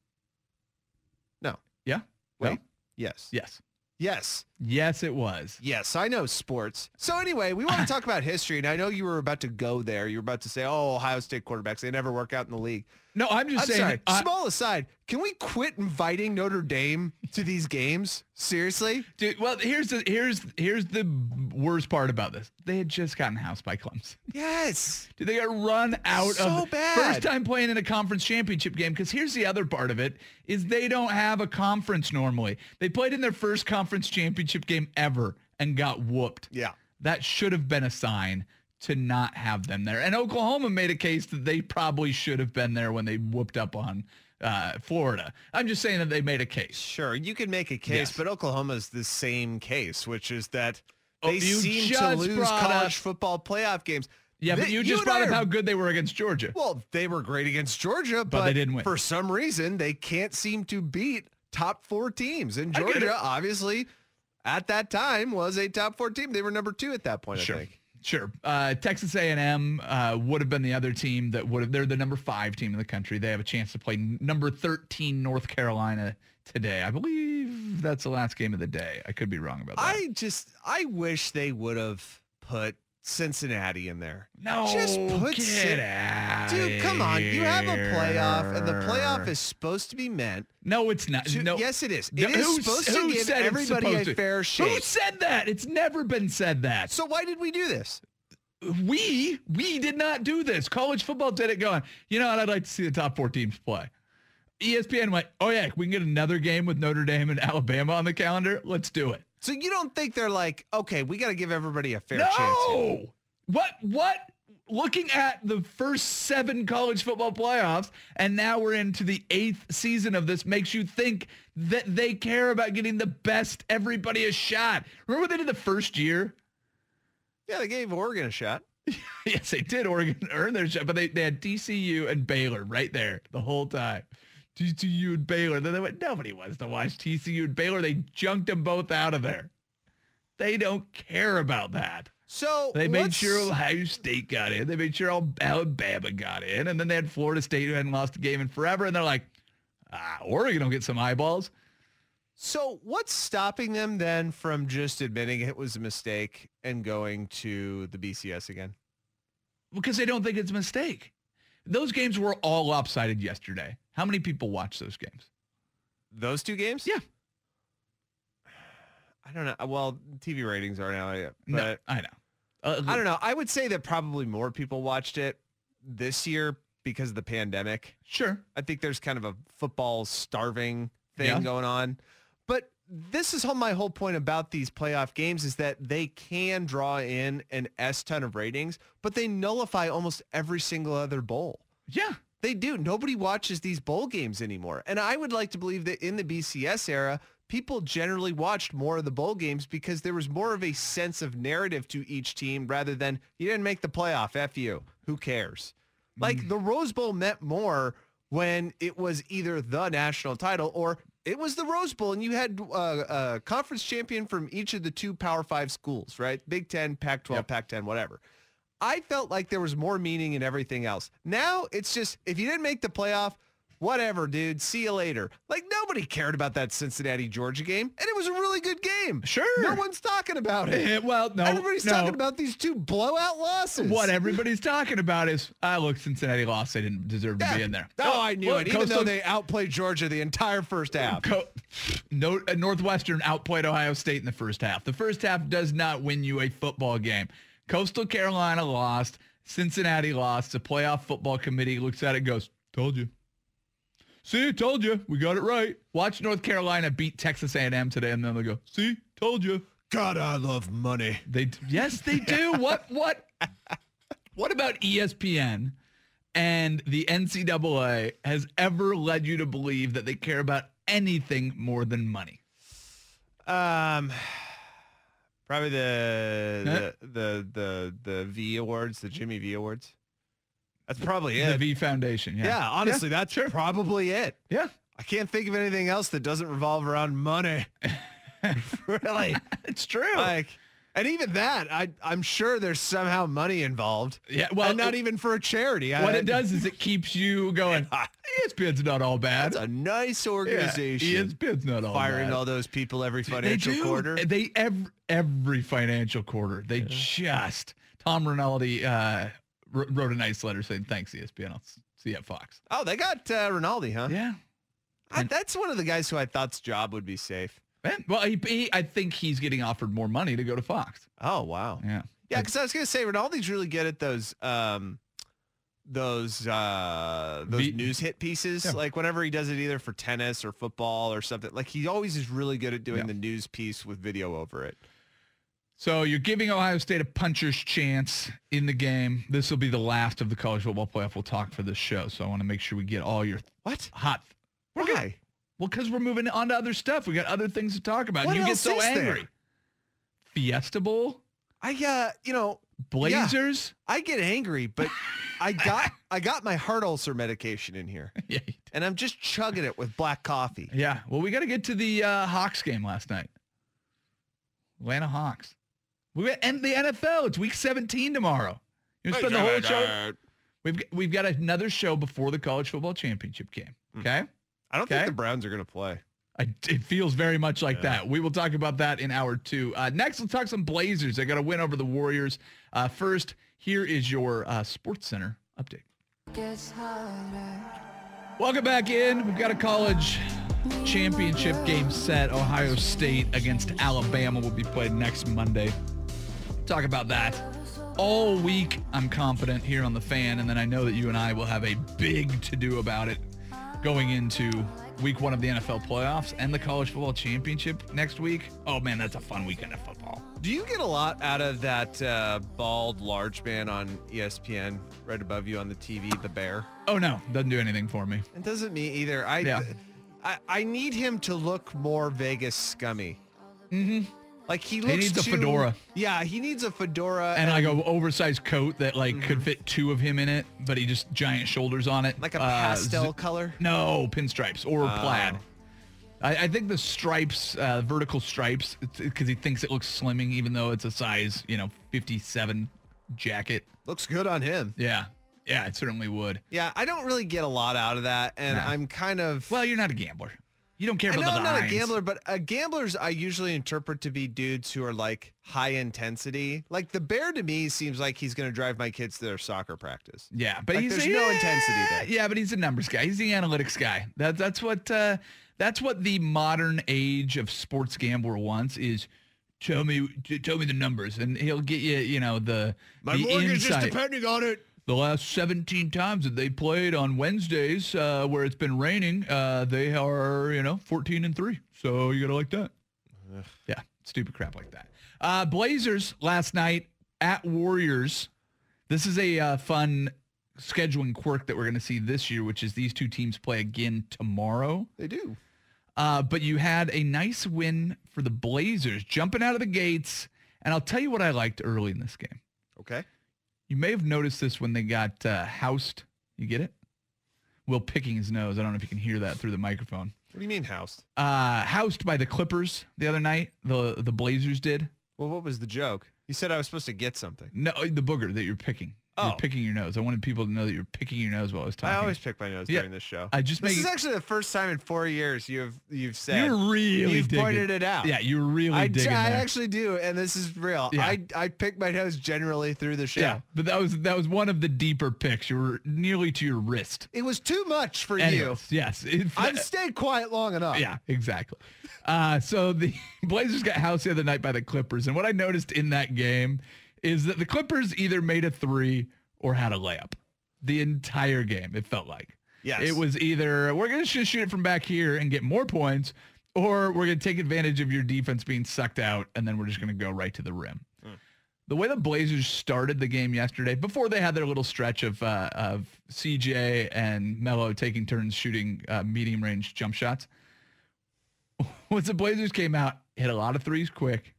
[SPEAKER 4] No.
[SPEAKER 3] Yeah?
[SPEAKER 4] Wait.
[SPEAKER 3] No?
[SPEAKER 4] Yes.
[SPEAKER 3] Yes.
[SPEAKER 4] Yes.
[SPEAKER 3] Yes, it was.
[SPEAKER 4] Yes. I know sports. So anyway, we want to talk about history, and I know you were about to go there. You were about to say, "Oh, Ohio State quarterbacks, they never work out in the league."
[SPEAKER 3] No, I'm just
[SPEAKER 4] I'm
[SPEAKER 3] saying.
[SPEAKER 4] sorry.
[SPEAKER 3] I-
[SPEAKER 4] Small aside, can we quit inviting Notre Dame to these games? Seriously?
[SPEAKER 3] Dude, well, here's the here's here's the worst part about this. They had just gotten housed by Clemson.
[SPEAKER 4] Yes.
[SPEAKER 3] Dude, they got run out
[SPEAKER 4] So
[SPEAKER 3] of
[SPEAKER 4] bad.
[SPEAKER 3] first time playing in a conference championship game. Because here's the other part of it is they don't have a conference normally. They played in their first conference championship game ever and got whooped.
[SPEAKER 4] Yeah.
[SPEAKER 3] That should have been a sign to not have them there. And Oklahoma made a case that they probably should have been there when they whooped up on uh, Florida. I'm just saying that they made a case.
[SPEAKER 4] Sure, you can make a case,
[SPEAKER 3] Yes.
[SPEAKER 4] but Oklahoma's the same case, which is that
[SPEAKER 3] Oh,
[SPEAKER 4] they
[SPEAKER 3] you
[SPEAKER 4] seem to
[SPEAKER 3] just
[SPEAKER 4] lose
[SPEAKER 3] brought up-
[SPEAKER 4] college football playoff games.
[SPEAKER 3] Yeah, but
[SPEAKER 4] Th-
[SPEAKER 3] you just
[SPEAKER 4] and
[SPEAKER 3] brought
[SPEAKER 4] I
[SPEAKER 3] up
[SPEAKER 4] are
[SPEAKER 3] how good they were against Georgia.
[SPEAKER 4] Well, they were great against Georgia, but,
[SPEAKER 3] they didn't win.
[SPEAKER 4] For some reason, they can't seem to beat top four teams. And
[SPEAKER 3] I get it.
[SPEAKER 4] Georgia, obviously, at that time was a top four team. They were number two at that point, I
[SPEAKER 3] Sure.
[SPEAKER 4] think.
[SPEAKER 3] Sure. Uh, Texas A&M uh, would have been the other team that would have. They're the number five team in the country. They have a chance to play n- number thirteen North Carolina today. I believe that's the last game of the day. I could be wrong about that.
[SPEAKER 4] I just, I wish they would have put Cincinnati in there.
[SPEAKER 3] no,
[SPEAKER 4] just put
[SPEAKER 3] get
[SPEAKER 4] Cin-
[SPEAKER 3] out
[SPEAKER 4] Dude, come on. You have a playoff, and the playoff
[SPEAKER 3] here.
[SPEAKER 4] is supposed to be meant.
[SPEAKER 3] no, it's not.
[SPEAKER 4] To,
[SPEAKER 3] no,
[SPEAKER 4] Yes, it is. It
[SPEAKER 3] No,
[SPEAKER 4] is
[SPEAKER 3] who s-
[SPEAKER 4] supposed
[SPEAKER 3] who
[SPEAKER 4] to give
[SPEAKER 3] said it's
[SPEAKER 4] everybody
[SPEAKER 3] supposed
[SPEAKER 4] a
[SPEAKER 3] to?
[SPEAKER 4] fair shake.
[SPEAKER 3] Who said that? It's never been said that.
[SPEAKER 4] so why did we do this?
[SPEAKER 3] we we did not do this. College football did it going, you know what? I'd like to see the top four teams play. ESPN went, oh yeah, we can get another game with Notre Dame and Alabama on the calendar. Let's do it.
[SPEAKER 4] So you don't think they're like, okay, we got to give everybody a fair
[SPEAKER 3] no.
[SPEAKER 4] chance. here.
[SPEAKER 3] What what looking at the first seven college football playoffs, and now we're into the eighth season of this makes you think that they care about getting the best everybody a shot. Remember what they did the first year?
[SPEAKER 4] Yeah, they gave Oregon a shot.
[SPEAKER 3] Yes, they did. Oregon earn their shot, but they, they had TCU and Baylor right there the whole time. TCU and Baylor. Then they went, nobody wants to watch TCU and Baylor. They junked them both out of there. They don't care about that.
[SPEAKER 4] So
[SPEAKER 3] They made
[SPEAKER 4] let's-
[SPEAKER 3] sure Ohio State got in. They made sure all Alabama got in. And then they had Florida State who hadn't lost a game in forever. And they're like, ah, Oregon will get some eyeballs.
[SPEAKER 4] So what's stopping them then from just admitting it was a mistake and going to the BCS again?
[SPEAKER 3] because they don't think it's a mistake. Those games were all lopsided yesterday. How many people watched those games?
[SPEAKER 4] Those two games?
[SPEAKER 3] Yeah.
[SPEAKER 4] I don't know. Well, TV ratings are now, yeah,
[SPEAKER 3] No,
[SPEAKER 4] but
[SPEAKER 3] I know. Uh,
[SPEAKER 4] I don't know. I would say that probably more people watched it this year because of the pandemic.
[SPEAKER 3] Sure.
[SPEAKER 4] I think there's kind of a football starving thing
[SPEAKER 3] Yeah.
[SPEAKER 4] going on. But this is how my whole point about these playoff games is that they can draw in an S ton of ratings, but they nullify almost every single other bowl.
[SPEAKER 3] Yeah.
[SPEAKER 4] They do. Nobody watches these bowl games anymore. And I would like to believe that in the BCS era, people generally watched more of the bowl games because there was more of a sense of narrative to each team rather than you didn't make the playoff, F you. Who cares?
[SPEAKER 3] Mm.
[SPEAKER 4] Like the Rose Bowl meant more when it was either the national title or it was the Rose Bowl and you had uh, a conference champion from each of the two Power Five schools, right? Big Ten, Pac-12, Pac-10, whatever. I felt like there was more meaning in everything else. Now it's just if you didn't make the playoff, whatever, dude. See you later. Like nobody cared about that Cincinnati Georgia game, and it was a really good game.
[SPEAKER 3] Sure.
[SPEAKER 4] no one's talking about it.
[SPEAKER 3] Eh, well, no,
[SPEAKER 4] everybody's
[SPEAKER 3] no.
[SPEAKER 4] talking about these two blowout losses.
[SPEAKER 3] What everybody's talking about is, I look, Cincinnati lost. They didn't deserve to be in there.
[SPEAKER 4] Oh, I knew
[SPEAKER 3] Look,
[SPEAKER 4] it. Even
[SPEAKER 3] Coastal-
[SPEAKER 4] though they outplayed Georgia the entire first half.
[SPEAKER 3] Co- no, uh, Northwestern outplayed Ohio State in the first half. The first half does not win you a football game. Coastal Carolina lost. Cincinnati lost. The playoff football committee looks at it and goes, told you. See, told you. We got it right. Watch North Carolina beat Texas A&M today, and then they go, see, told you.
[SPEAKER 4] God, I love money.
[SPEAKER 3] They d- yes, they do. what what what about E ESPN and the NCAA has ever led you to believe that they care about anything more than money?
[SPEAKER 4] Um, probably the
[SPEAKER 3] Huh?
[SPEAKER 4] the the the, the V awards, the Jimmy V awards. That's probably
[SPEAKER 3] The
[SPEAKER 4] it.
[SPEAKER 3] V Foundation. Yeah.
[SPEAKER 4] yeah. honestly, that's
[SPEAKER 3] sure.
[SPEAKER 4] probably it.
[SPEAKER 3] Yeah.
[SPEAKER 4] I can't think of anything else that doesn't revolve around money. really?
[SPEAKER 3] It's true.
[SPEAKER 4] Like, and even that, I I'm sure there's somehow money involved.
[SPEAKER 3] yeah. Well,
[SPEAKER 4] and not
[SPEAKER 3] it-
[SPEAKER 4] even for a charity. I-
[SPEAKER 3] what it does is it keeps you going. "E ESPN's not all bad.
[SPEAKER 4] It's a nice
[SPEAKER 3] Yeah, E
[SPEAKER 4] organization.
[SPEAKER 3] ESPN's not all
[SPEAKER 4] firing
[SPEAKER 3] bad.
[SPEAKER 4] all those people every
[SPEAKER 3] They
[SPEAKER 4] financial
[SPEAKER 3] do.
[SPEAKER 4] quarter.
[SPEAKER 3] They every, every financial quarter. They just Tom Rinaldi uh, wr- wrote a nice letter saying thanks ESPN. I'll s- see you at Fox.
[SPEAKER 4] Oh, they got uh, Rinaldi, huh?
[SPEAKER 3] Yeah.
[SPEAKER 4] I, that's one of the guys who I thought's job would be safe.
[SPEAKER 3] Man, well, he, he, I think he's getting offered more money to go to Fox.
[SPEAKER 4] Oh wow.
[SPEAKER 3] Yeah.
[SPEAKER 4] Yeah, because I was gonna say Rinaldi's really good at those um those uh those
[SPEAKER 3] Beat-
[SPEAKER 4] news hit pieces.
[SPEAKER 3] Yeah.
[SPEAKER 4] Like whenever he does it either for tennis or football or something, like he always is really good at doing
[SPEAKER 3] Yeah.
[SPEAKER 4] the news piece with video over it.
[SPEAKER 3] So you're giving Ohio State a puncher's chance in the game. This will be the last of the college football playoff we'll talk for this show. So I want to make sure we get all your
[SPEAKER 4] What?
[SPEAKER 3] hot. We're good.
[SPEAKER 4] Why?
[SPEAKER 3] Well, because we're moving on to other stuff. We got other things to talk about.
[SPEAKER 4] What
[SPEAKER 3] you get
[SPEAKER 4] else
[SPEAKER 3] so
[SPEAKER 4] is there?
[SPEAKER 3] angry. Fiesta Bowl,
[SPEAKER 4] I uh you know,
[SPEAKER 3] Blazers.
[SPEAKER 4] I get angry, but I got I got my heart ulcer medication in here.
[SPEAKER 3] Yeah.
[SPEAKER 4] And I'm just chugging it with black coffee.
[SPEAKER 3] Yeah. Well, we got to get to the uh, Hawks game last night. Atlanta Hawks. We got and the NFL. It's week 17 tomorrow. You want to spend the whole show? We've g- we've got another show before the college football championship game. Okay.
[SPEAKER 4] I don't
[SPEAKER 3] Okay.
[SPEAKER 4] think the Browns are gonna play.
[SPEAKER 3] I, it feels very much like that. We will talk about that in hour two. Uh, next, we'll talk some Blazers. They got to win over the Warriors. Uh, first, here is your uh, Sports Center update. Welcome back in. We've got a college championship game set. Ohio State against Alabama will be played next Monday. Talk about that all week. I'm confident here on the fan, and then I know that you and I will have a big to do about it going into week one of the NFL playoffs and the college football championship next week. Oh man, that's a fun weekend of football.
[SPEAKER 4] Do you get a lot out of that uh, bald large man on E ESPN right above you on the TV, the bear?
[SPEAKER 3] Oh no, doesn't do anything for me.
[SPEAKER 4] It doesn't me either. I,
[SPEAKER 3] Yeah.
[SPEAKER 4] I I need him to look more Vegas scummy. Mm-hmm. Like he looks.
[SPEAKER 3] needs a
[SPEAKER 4] too-
[SPEAKER 3] fedora.
[SPEAKER 4] Yeah, he needs a fedora
[SPEAKER 3] And like a oversized coat that like could fit two of him in it, but he just giant shoulders on it.
[SPEAKER 4] mm-hmm. like a
[SPEAKER 3] Uh,
[SPEAKER 4] pastel
[SPEAKER 3] z-
[SPEAKER 4] color.
[SPEAKER 3] no, pinstripes or
[SPEAKER 4] Oh.
[SPEAKER 3] plaid. I, I think the stripes, uh, vertical stripes, because he thinks it looks slimming, even though it's a size, you know, 57 jacket.
[SPEAKER 4] Looks good on him.
[SPEAKER 3] Yeah, yeah, it certainly would.
[SPEAKER 4] Yeah, I don't really get a lot out of that, and
[SPEAKER 3] Nah.
[SPEAKER 4] I'm kind of.
[SPEAKER 3] Well, you're not a gambler. You don't care
[SPEAKER 4] I
[SPEAKER 3] about
[SPEAKER 4] know
[SPEAKER 3] the
[SPEAKER 4] I'm not a
[SPEAKER 3] lines.
[SPEAKER 4] gambler, but uh, gamblers I usually interpret to be dudes who are like high intensity. Like the bear to me seems like he's going to drive my kids to their soccer practice.
[SPEAKER 3] Yeah, but
[SPEAKER 4] Like,
[SPEAKER 3] he's
[SPEAKER 4] there's
[SPEAKER 3] yeah,
[SPEAKER 4] no intensity there.
[SPEAKER 3] Yeah, but he's a numbers guy. He's the analytics guy. That that's what uh, that's what the modern age of sports gambler wants is tell me t- tell me the numbers and he'll get you you know the the insight.
[SPEAKER 4] depending on it.
[SPEAKER 3] the last 17 times that they played on Wednesdays uh, where it's been raining, uh, they are, you know, 14 and 3. So you got to like that. Yeah, stupid crap like that. Uh, Blazers last night at Warriors. This is a uh, fun scheduling quirk that we're going to see this year, which is these two teams play again tomorrow.
[SPEAKER 4] They do.
[SPEAKER 3] Uh, but you had a nice win for the Blazers jumping out of the gates. And I'll tell you what I liked early in this game.
[SPEAKER 4] Okay.
[SPEAKER 3] You may have noticed this when they got uh, housed. You get it? Will picking his nose. I don't know if you can hear that through the microphone.
[SPEAKER 4] What do you mean housed?
[SPEAKER 3] Uh, housed by the Clippers the other night. The the Blazers did.
[SPEAKER 4] Well, what was the joke? You said I was supposed to get something.
[SPEAKER 3] No, uh, the booger that you're picking.
[SPEAKER 4] Oh.
[SPEAKER 3] You're picking your nose. I wanted people to know that you're picking your nose while I was talking.
[SPEAKER 4] I always pick my nose
[SPEAKER 3] Yeah.
[SPEAKER 4] during this show.
[SPEAKER 3] I just
[SPEAKER 4] this
[SPEAKER 3] make-
[SPEAKER 4] is actually the first time in four years you've you've said
[SPEAKER 3] You're really
[SPEAKER 4] you've
[SPEAKER 3] digging-
[SPEAKER 4] pointed it out.
[SPEAKER 3] Yeah, you're really
[SPEAKER 4] I,
[SPEAKER 3] digging.
[SPEAKER 4] I
[SPEAKER 3] there.
[SPEAKER 4] actually do, and this is real.
[SPEAKER 3] Yeah.
[SPEAKER 4] I I pick my nose generally through the show.
[SPEAKER 3] yeah. but that was that was one of the deeper picks. You were nearly to your wrist.
[SPEAKER 4] It was too much for you.
[SPEAKER 3] Anyways, yes, it's-
[SPEAKER 4] I've stayed quiet long enough.
[SPEAKER 3] Yeah, exactly. Uh, so the Blazers got housed the other night by the Clippers, and what I noticed in that game is that the Clippers either made a three or had a layup the entire game. It felt like.
[SPEAKER 4] Yes.
[SPEAKER 3] It was either we're going to just shoot it from back here and get more points, or we're going to take advantage of your defense being sucked out, and then we're just going to go right to the rim. The way the Blazers started the game yesterday, before they had their little stretch of uh, of CJ and Melo taking turns shooting uh, medium range jump shots, once the Blazers came out, hit a lot of threes quick,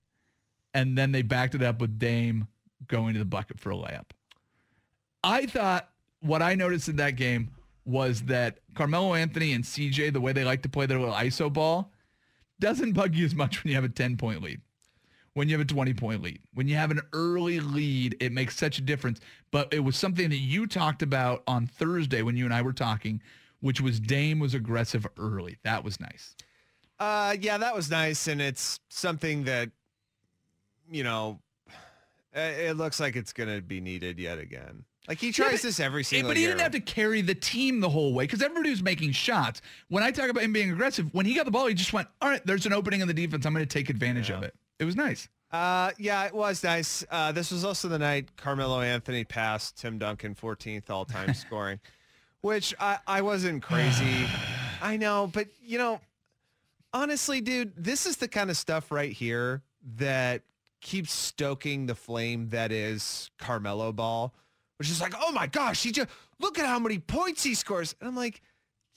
[SPEAKER 3] and then they backed it up with Dame going to the bucket for a layup. I thought what I noticed in that game was that Carmelo Anthony and CJ, the way they like to play their little ISO ball, doesn't bug you as much when you have a 10 point lead, when you have a 20 point lead, when you have an early lead, it makes such a difference. But it was something that you talked about on Thursday when you and I were talking, which was Dame was aggressive early. That was nice.
[SPEAKER 4] Uh, yeah, that was nice, and it's something that, you know, uh, it looks like it's gonna be needed yet again. Like he tries
[SPEAKER 3] eh, but-
[SPEAKER 4] this every
[SPEAKER 3] Yeah,
[SPEAKER 4] single
[SPEAKER 3] but he
[SPEAKER 4] year.
[SPEAKER 3] didn't have to carry the team the whole way because everybody was making shots. When I talk about him being aggressive, when he got the ball, he just went, all right, there's an opening in the defense. I'm going to take advantage of it. It was nice.
[SPEAKER 4] Uh, yeah, it was nice. Uh, this was also the night Carmelo Anthony passed Tim Duncan 14th all-time scoring, which I, I wasn't crazy. I know, but you know, honestly, dude, this is the kind of stuff right here that keeps stoking the flame that is Carmelo Ball, which is like, oh my gosh, he just look at how many points he scores, and I'm like.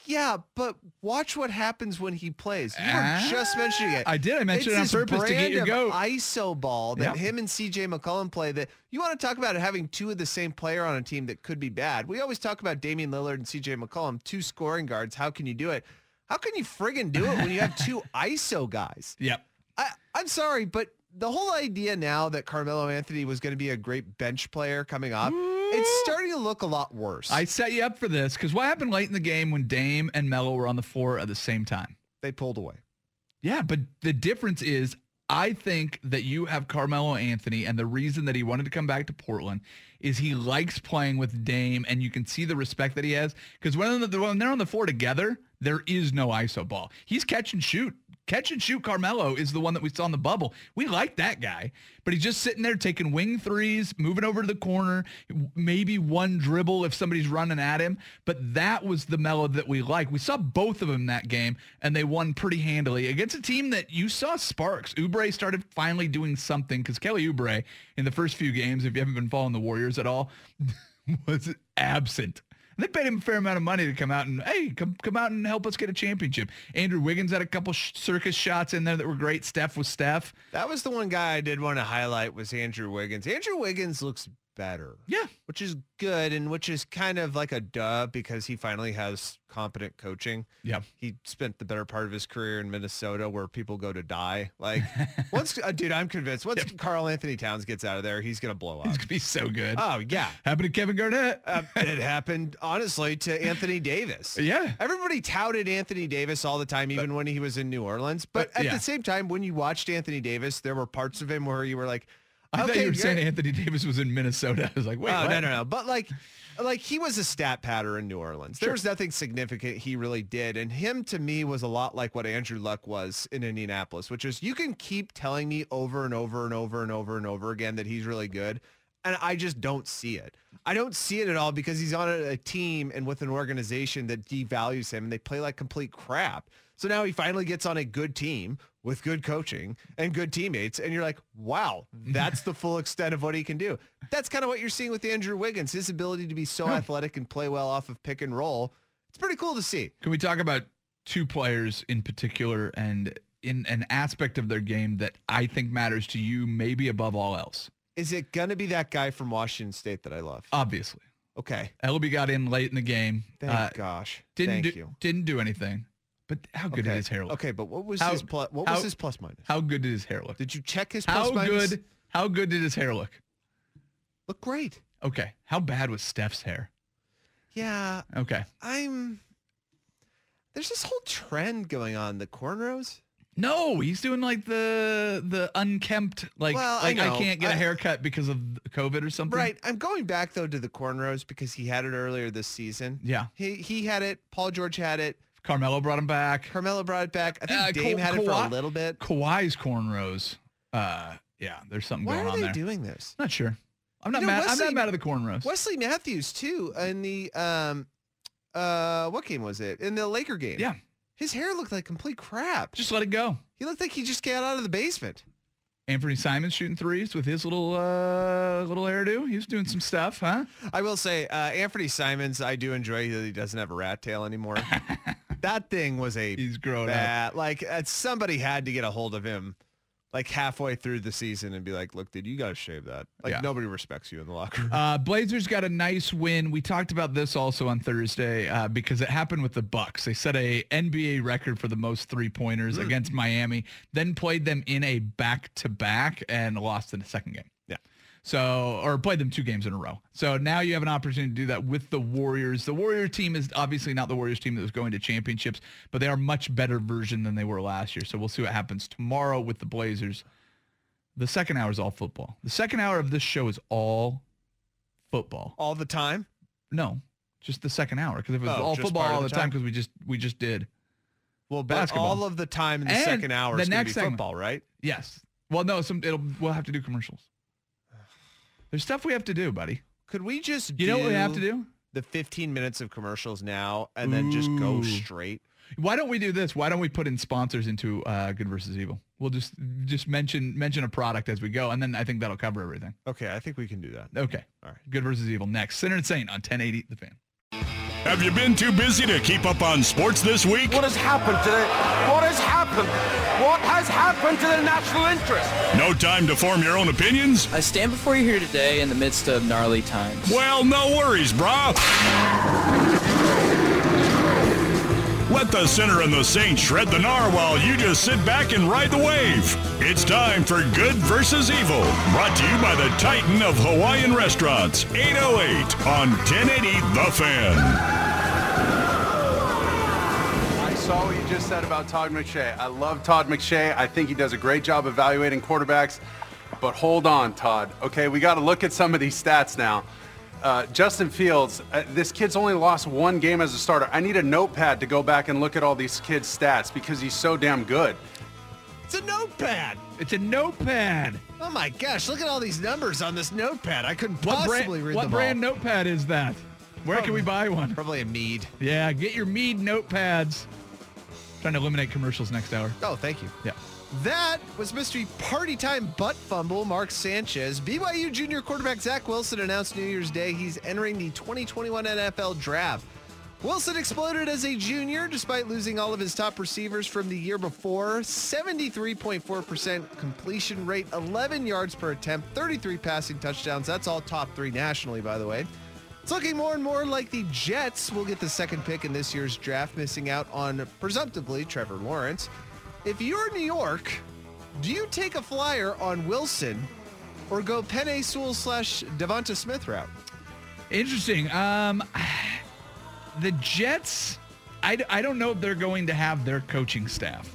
[SPEAKER 4] Yeah, but watch what happens when he plays. You were just mentioning it.
[SPEAKER 3] Ah, I did. I mentioned
[SPEAKER 4] It's
[SPEAKER 3] it on
[SPEAKER 4] this
[SPEAKER 3] purpose to get
[SPEAKER 4] brand
[SPEAKER 3] you
[SPEAKER 4] of
[SPEAKER 3] goat.
[SPEAKER 4] ISO ball that
[SPEAKER 3] Yeah.
[SPEAKER 4] him and CJ McCollum play that you want to talk about having two of the same player on a team that could be bad. We always talk about Damian Lillard and CJ McCollum, two scoring guards. How can you do it? How can you friggin' do it when you have two ISO guys?
[SPEAKER 3] Yep.
[SPEAKER 4] I, I'm sorry, but the whole idea now that Carmelo Anthony was going to be a great bench player coming up, it's starting to look a lot worse.
[SPEAKER 3] I set you up for this because what happened late in the game when Dame and Melo were on the floor at the same time?
[SPEAKER 4] they pulled away.
[SPEAKER 3] Yeah, but the difference is I think that you have Carmelo Anthony, and the reason that he wanted to come back to Portland is he likes playing with Dame, and you can see the respect that he has. Because when, the- when they're on the floor together, there is no ISO ball. He's catch and shoot. Catch and shoot Carmelo is the one that we saw in the bubble. We like that guy, but he's just sitting there taking wing threes, moving over to the corner, maybe one dribble if somebody's running at him. But that was the mellow that we like. We saw both of them that game, and they won pretty handily against a team that you saw sparks. Oubre started finally doing something because Kelly Oubre in the first few games, if you haven't been following the Warriors at all, was absent. And they paid him a fair amount of money to come out and hey, come come out and help us get a championship. Andrew Wiggins had a couple sh- circus shots in there that were great. Steph was Steph.
[SPEAKER 4] That was the one guy I did want to highlight was Andrew Wiggins. Andrew Wiggins looks better.
[SPEAKER 3] Yeah,
[SPEAKER 4] which is good and which is kind of like a duh because he finally has competent coaching.
[SPEAKER 3] yeah.
[SPEAKER 4] He spent the better part of his career in Minnesota where people go to die. Like once uh, dude, I'm convinced once Carl Anthony Towns gets out of there, he's going to blow up.
[SPEAKER 3] It's gonna be so good.
[SPEAKER 4] Oh yeah.
[SPEAKER 3] Happened to Kevin Garnett.
[SPEAKER 4] Uh, it happened honestly to Anthony Davis.
[SPEAKER 3] Yeah.
[SPEAKER 4] Everybody touted Anthony Davis all the time, even when he was in New Orleans. But
[SPEAKER 3] But,
[SPEAKER 4] at
[SPEAKER 3] yeah.
[SPEAKER 4] the same time, when you watched Anthony Davis, there were parts of him where you were like,
[SPEAKER 3] I
[SPEAKER 4] okay,
[SPEAKER 3] thought you were
[SPEAKER 4] you're-
[SPEAKER 3] saying Anthony Davis was in Minnesota. I was like, wait,
[SPEAKER 4] oh,
[SPEAKER 3] what?
[SPEAKER 4] no, no, no. But like, like he was a stat patter in New Orleans. There was nothing significant he really did, and him to me was a lot like what Andrew Luck was in Indianapolis, which is you can keep telling me over and over and over and over and over again that he's really good, and I just don't see it. I don't see it at all because he's on a, a team and with an organization that devalues him, and they play like complete crap. So now he finally gets on a good team with good coaching and good teammates. And you're like, wow, that's the full extent of what he can do. That's kind of what you're seeing with Andrew Wiggins, his ability to be so athletic and play well off of pick and roll. It's pretty cool to see.
[SPEAKER 3] Can we talk about two players in particular and in an aspect of their game that I think matters to you, maybe above all else.
[SPEAKER 4] Is it gonna be that guy from Washington State that I love?
[SPEAKER 3] Obviously,
[SPEAKER 4] Okay.
[SPEAKER 3] Ellaby got in late in the game.
[SPEAKER 4] Thank
[SPEAKER 3] uh,
[SPEAKER 4] gosh.
[SPEAKER 3] didn't
[SPEAKER 4] Thank
[SPEAKER 3] do,
[SPEAKER 4] you.
[SPEAKER 3] didn't do anything. But how good
[SPEAKER 4] okay.
[SPEAKER 3] did his hair look?
[SPEAKER 4] Okay, but what was
[SPEAKER 3] How-
[SPEAKER 4] his plus? What was
[SPEAKER 3] how-
[SPEAKER 4] his plus minus?
[SPEAKER 3] How good did his hair look?
[SPEAKER 4] Did you check his
[SPEAKER 3] How
[SPEAKER 4] plus minus?
[SPEAKER 3] good? How good did his hair look?
[SPEAKER 4] Look great.
[SPEAKER 3] Okay. How bad was Steph's hair?
[SPEAKER 4] Yeah,
[SPEAKER 3] Okay.
[SPEAKER 4] I'm. There's this whole trend going on the cornrows.
[SPEAKER 3] No, he's doing like the the unkempt like
[SPEAKER 4] Well, I
[SPEAKER 3] like I,
[SPEAKER 4] know.
[SPEAKER 3] can't get a
[SPEAKER 4] I-
[SPEAKER 3] haircut because of COVID or something.
[SPEAKER 4] Right. I'm going back though to the cornrows because he had it earlier this season.
[SPEAKER 3] Yeah.
[SPEAKER 4] He he had it. Paul George had it.
[SPEAKER 3] Carmelo brought him back.
[SPEAKER 4] Carmelo brought it back. I think
[SPEAKER 3] Uh,
[SPEAKER 4] Dame
[SPEAKER 3] Ka-
[SPEAKER 4] had it for a
[SPEAKER 3] Kawhi-
[SPEAKER 4] little bit.
[SPEAKER 3] Kawhi's cornrows. Uh, yeah, there's something
[SPEAKER 4] Why
[SPEAKER 3] going
[SPEAKER 4] are
[SPEAKER 3] on
[SPEAKER 4] they
[SPEAKER 3] there.
[SPEAKER 4] doing this?
[SPEAKER 3] Not sure. I'm not
[SPEAKER 4] You know,
[SPEAKER 3] mad. I'm
[SPEAKER 4] Wesley-
[SPEAKER 3] not mad at the cornrows.
[SPEAKER 4] Wesley Matthews too in the um uh what game was it? In the Laker game.
[SPEAKER 3] Yeah,
[SPEAKER 4] His hair looked like complete crap.
[SPEAKER 3] just let it go.
[SPEAKER 4] he looked like he just got out of the basement.
[SPEAKER 3] Anthony Simons shooting threes with his little uh little hairdo. He was doing some stuff, huh?
[SPEAKER 4] I will say, uh, Anthony Simons, I do enjoy that he doesn't have a rat tail anymore. that thing was a
[SPEAKER 3] He's grown up.
[SPEAKER 4] bad. Like uh, somebody had to get a hold of him, like halfway through the season, and be like, "Look, dude, you gotta shave that. Like
[SPEAKER 3] Yeah.
[SPEAKER 4] nobody respects you in the locker room."
[SPEAKER 3] Uh, Blazers got a nice win. We talked about this also on Thursday uh, because it happened with the Bucks. They set a NBA record for the most three pointers against Miami, then played them in a back to back and lost in the second game.
[SPEAKER 4] Yeah.
[SPEAKER 3] So, or played them two games in a row. So now you have an opportunity to do that with the Warriors. The Warrior team is obviously not the Warriors team that was going to championships, but they are a much better version than they were last year. So we'll see what happens tomorrow with the Blazers. The second hour is all football. The second hour of this show is all football.
[SPEAKER 4] All the time.
[SPEAKER 3] No, just the second hour because if it was
[SPEAKER 4] Oh,
[SPEAKER 3] all
[SPEAKER 4] just
[SPEAKER 3] football
[SPEAKER 4] part of
[SPEAKER 3] all
[SPEAKER 4] the
[SPEAKER 3] the time
[SPEAKER 4] time?
[SPEAKER 3] because we just we just did.
[SPEAKER 4] Well, but
[SPEAKER 3] Basketball.
[SPEAKER 4] all of the time in the
[SPEAKER 3] And
[SPEAKER 4] second hour
[SPEAKER 3] the
[SPEAKER 4] is gonna
[SPEAKER 3] next
[SPEAKER 4] be
[SPEAKER 3] segment.
[SPEAKER 4] football, right?
[SPEAKER 3] Yes. Well, no, some it'll we'll have to do commercials. There's stuff we have to do, buddy.
[SPEAKER 4] Could we just
[SPEAKER 3] You know what we have to do?
[SPEAKER 4] The 15 minutes of commercials now, and then just go
[SPEAKER 3] Ooh.
[SPEAKER 4] straight.
[SPEAKER 3] Why don't we do this? Why don't we put in sponsors into uh, Good versus Evil? We'll just just mention mention a product as we go, and then I think that'll cover everything.
[SPEAKER 4] Okay, I think we can do that.
[SPEAKER 3] Okay.
[SPEAKER 4] All right.
[SPEAKER 3] Good versus Evil next. Sinner and Saint on 1080 The Fan.
[SPEAKER 2] Have you been too busy to keep up on sports this week?
[SPEAKER 5] What has happened to the what has happened? What has happened to the national interest?
[SPEAKER 2] No time to form your own opinions?
[SPEAKER 6] I stand before you here today in the midst of gnarly times.
[SPEAKER 2] Well, no worries, brah. Let the sinner and the saint shred the gnar while you just sit back and ride the wave. It's time for Good versus Evil, brought to you by the Titan of Hawaiian Restaurants, 808 on 1080 The Fan.
[SPEAKER 5] I saw what you just said about Todd McShay. I love Todd McShay. I think he does a great job evaluating quarterbacks. But hold on, Todd. Okay, we got to look at some of these stats now. Uh, Justin Fields, uh, this kid's only lost one game as a starter. I need a notepad to go back and look at all these kids' stats because he's so damn good.
[SPEAKER 4] It's a notepad.
[SPEAKER 3] It's a notepad.
[SPEAKER 4] Oh my gosh, look at all these numbers on this notepad. I couldn't
[SPEAKER 3] What
[SPEAKER 4] possibly
[SPEAKER 3] brand,
[SPEAKER 4] read
[SPEAKER 3] what
[SPEAKER 4] them
[SPEAKER 3] brand
[SPEAKER 4] all.
[SPEAKER 3] notepad is that? Where can we buy one?
[SPEAKER 4] Probably a mead.
[SPEAKER 3] Yeah, get your mead notepads. Trying to eliminate commercials next hour.
[SPEAKER 4] Oh, thank you.
[SPEAKER 3] Yeah.
[SPEAKER 4] That was mystery party time butt fumble. Mark Sanchez, BYU junior quarterback Zach Wilson announced New Year's Day he's entering the 2021 NFL draft. Wilson exploded as a junior despite losing all of his top receivers from the year before. 73.4% completion rate, 11 yards per attempt, 33 passing touchdowns. That's all top three nationally, by the way. It's looking more and more like the Jets will get the second pick in this year's draft, missing out on presumptively Trevor Lawrence. If you're New York, do you take a flyer on Wilson or go Penny Sewell slash Devonta Smith route?
[SPEAKER 3] Interesting. Um, the Jets, I, d- I don't know if they're going to have their coaching staff.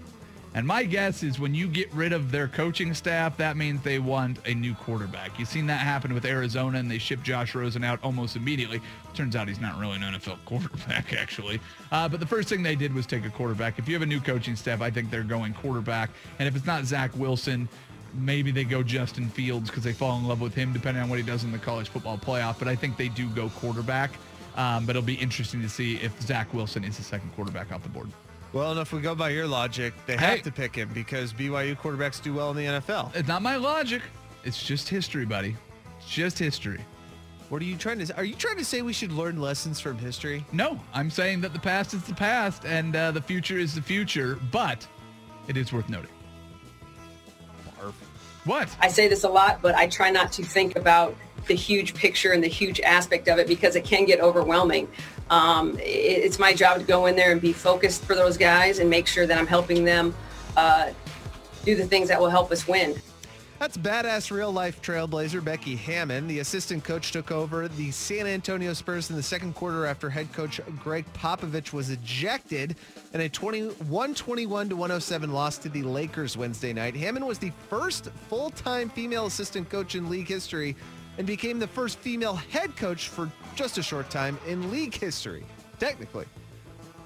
[SPEAKER 3] And my guess is when you get rid of their coaching staff, that means they want a new quarterback. You've seen that happen with Arizona, and they ship Josh Rosen out almost immediately. Turns out he's not really an NFL quarterback, actually. Uh, but the first thing they did was take a quarterback. If you have a new coaching staff, I think they're going quarterback. And if it's not Zach Wilson, maybe they go Justin Fields because they fall in love with him, depending on what he does in the college football playoff. But I think they do go quarterback. Um, but it'll be interesting to see if Zach Wilson is the second quarterback off the board.
[SPEAKER 4] Well, and if we go by your logic, they
[SPEAKER 3] have
[SPEAKER 4] have
[SPEAKER 3] Hey. to
[SPEAKER 4] to pick him because BYU quarterbacks do well in the NFL.
[SPEAKER 3] It's not my logic. It's just history, buddy. It's just history.
[SPEAKER 4] What are you trying to? s- Are you trying to say we should learn lessons from history?
[SPEAKER 3] No, I'm saying that the past is the past and uh, the future is the future, but it is worth noting. What?
[SPEAKER 7] I say this a lot, but I try not to think about the huge picture and the huge aspect of it because it can get overwhelming. Um, i- it's my job to go in there and be focused for those guys and make sure that I'm helping them uh, do the things that will help us win.
[SPEAKER 4] That's badass real life trailblazer Becky Hammond. The assistant coach took over the San Antonio Spurs in the second quarter after head coach Greg Popovich was ejected in a 20, 121 to 107 loss to the Lakers Wednesday night. Hammond was the first full time female assistant coach in league history and became the first female head coach for just a short time in league history, technically.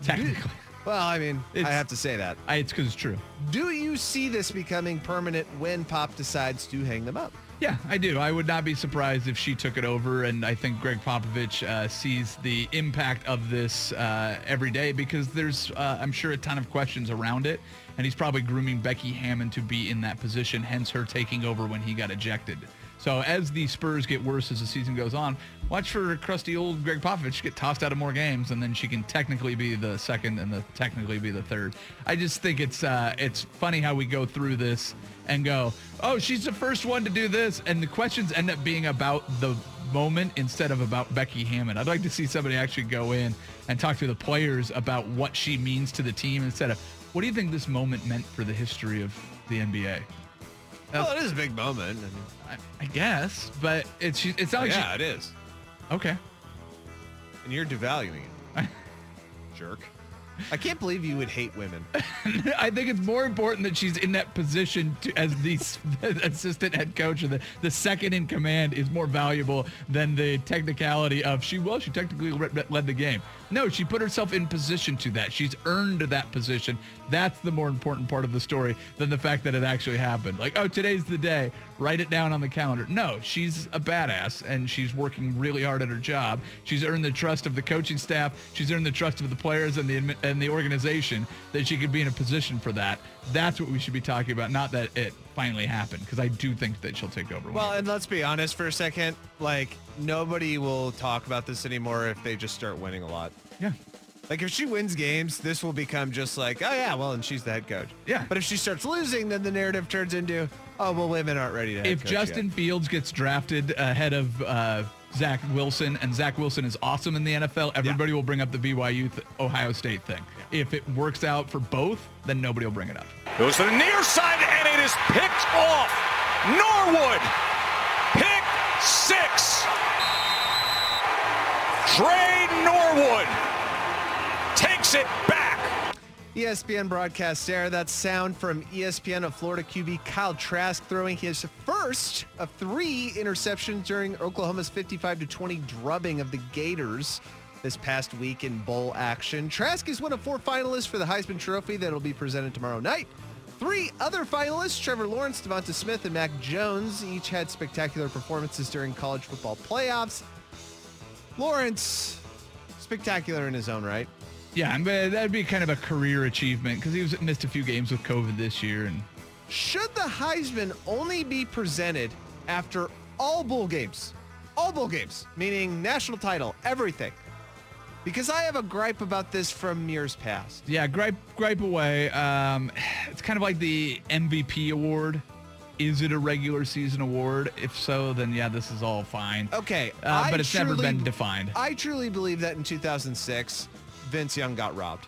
[SPEAKER 3] Technically.
[SPEAKER 4] Well, I mean, I
[SPEAKER 3] It's-
[SPEAKER 4] have to say that.
[SPEAKER 3] I, it's because it's true.
[SPEAKER 4] Do you see this becoming permanent when Pop decides to hang them up?
[SPEAKER 3] Yeah, I do. I would not be surprised if she took it over, and I think Greg Popovich uh, sees the impact of this uh, every day because there's, uh, I'm sure, a ton of questions around it, and he's probably grooming Becky Hammond to be in that position, hence her taking over when he got ejected. So as the Spurs get worse as the season goes on, watch for crusty old Greg Popovich to get tossed out of more games, and then she can technically be the second and the technically be the third. I just think it's uh, it's funny how we go through this and go, oh, she's the first one to do this. And the questions end up being about the moment instead of about Becky Hammond. I'd like to see somebody actually go in and talk to the players about what she means to the team instead of what do you think this moment meant for the history of the NBA?
[SPEAKER 4] Well, it is a big moment. I mean,
[SPEAKER 3] I, I guess, but it's it's not like
[SPEAKER 4] yeah,
[SPEAKER 3] she,
[SPEAKER 4] it is.
[SPEAKER 3] okay.
[SPEAKER 4] And you're devaluing it. Jerk. I can't believe you would hate women.
[SPEAKER 3] I think it's more important that she's in that position to, as the s- assistant head coach or the, the second in command is more valuable than the technicality of she, well, she technically re- re- led the game. No, she put herself in position to that. She's earned that position. That's the more important part of the story than the fact that it actually happened. Like, oh, today's the day. Write it down on the calendar. No, she's a badass and she's working really hard at her job. She's earned the trust of the coaching staff. She's earned the trust of the players and the admi- and the organization that she could be in a position for that. That's what we should be talking about, not that it finally happened, because I do think that she'll take over.
[SPEAKER 4] Well,
[SPEAKER 3] Well,
[SPEAKER 4] and let's be honest for a second. Like, nobody will talk about this anymore if they just start winning a lot.
[SPEAKER 3] yeah,
[SPEAKER 4] Like, if she wins games, this will become just like, oh, yeah, well, and she's the head coach.
[SPEAKER 3] Yeah.
[SPEAKER 4] But if she starts losing, then the narrative turns into, oh, well, women aren't ready to head
[SPEAKER 3] if
[SPEAKER 4] coach
[SPEAKER 3] Justin
[SPEAKER 4] yet.
[SPEAKER 3] Fields gets drafted ahead of uh, Zach Wilson, and Zach Wilson is awesome in the NFL, everybody will bring up the BYU th- Ohio State thing. If it works out for both, then nobody will bring it up.
[SPEAKER 2] Goes to the near side, and it is picked off. Norwood, pick six. Trey Norwood takes it back.
[SPEAKER 4] ESPN broadcast there. That sound from E ESPN of Florida QB Kyle Trask throwing his first of three interceptions during Oklahoma's 55 to 20 drubbing of the Gators this past week in bowl action. Trask is one of four finalists for the Heisman Trophy that'll be presented tomorrow night. Three other finalists, Trevor Lawrence, Devonta Smith, and Mac Jones, each had spectacular performances during college football playoffs. Lawrence, spectacular in his own right.
[SPEAKER 3] Yeah, but that'd be kind of a career achievement because he was missed a few games with COVID this year, and
[SPEAKER 4] Should the Heisman only be presented after all bowl games? All bowl games, meaning national title, everything. Because I have a gripe about this from years past.
[SPEAKER 3] yeah, gripe gripe away. Um, it's kind of like the MVP award. Is it a regular season award? If so, then yeah, this is all fine.
[SPEAKER 4] Okay,
[SPEAKER 3] Uh, but
[SPEAKER 4] I
[SPEAKER 3] it's never
[SPEAKER 4] truly-
[SPEAKER 3] been defined.
[SPEAKER 4] I truly believe that in 2006, Vince Young got robbed.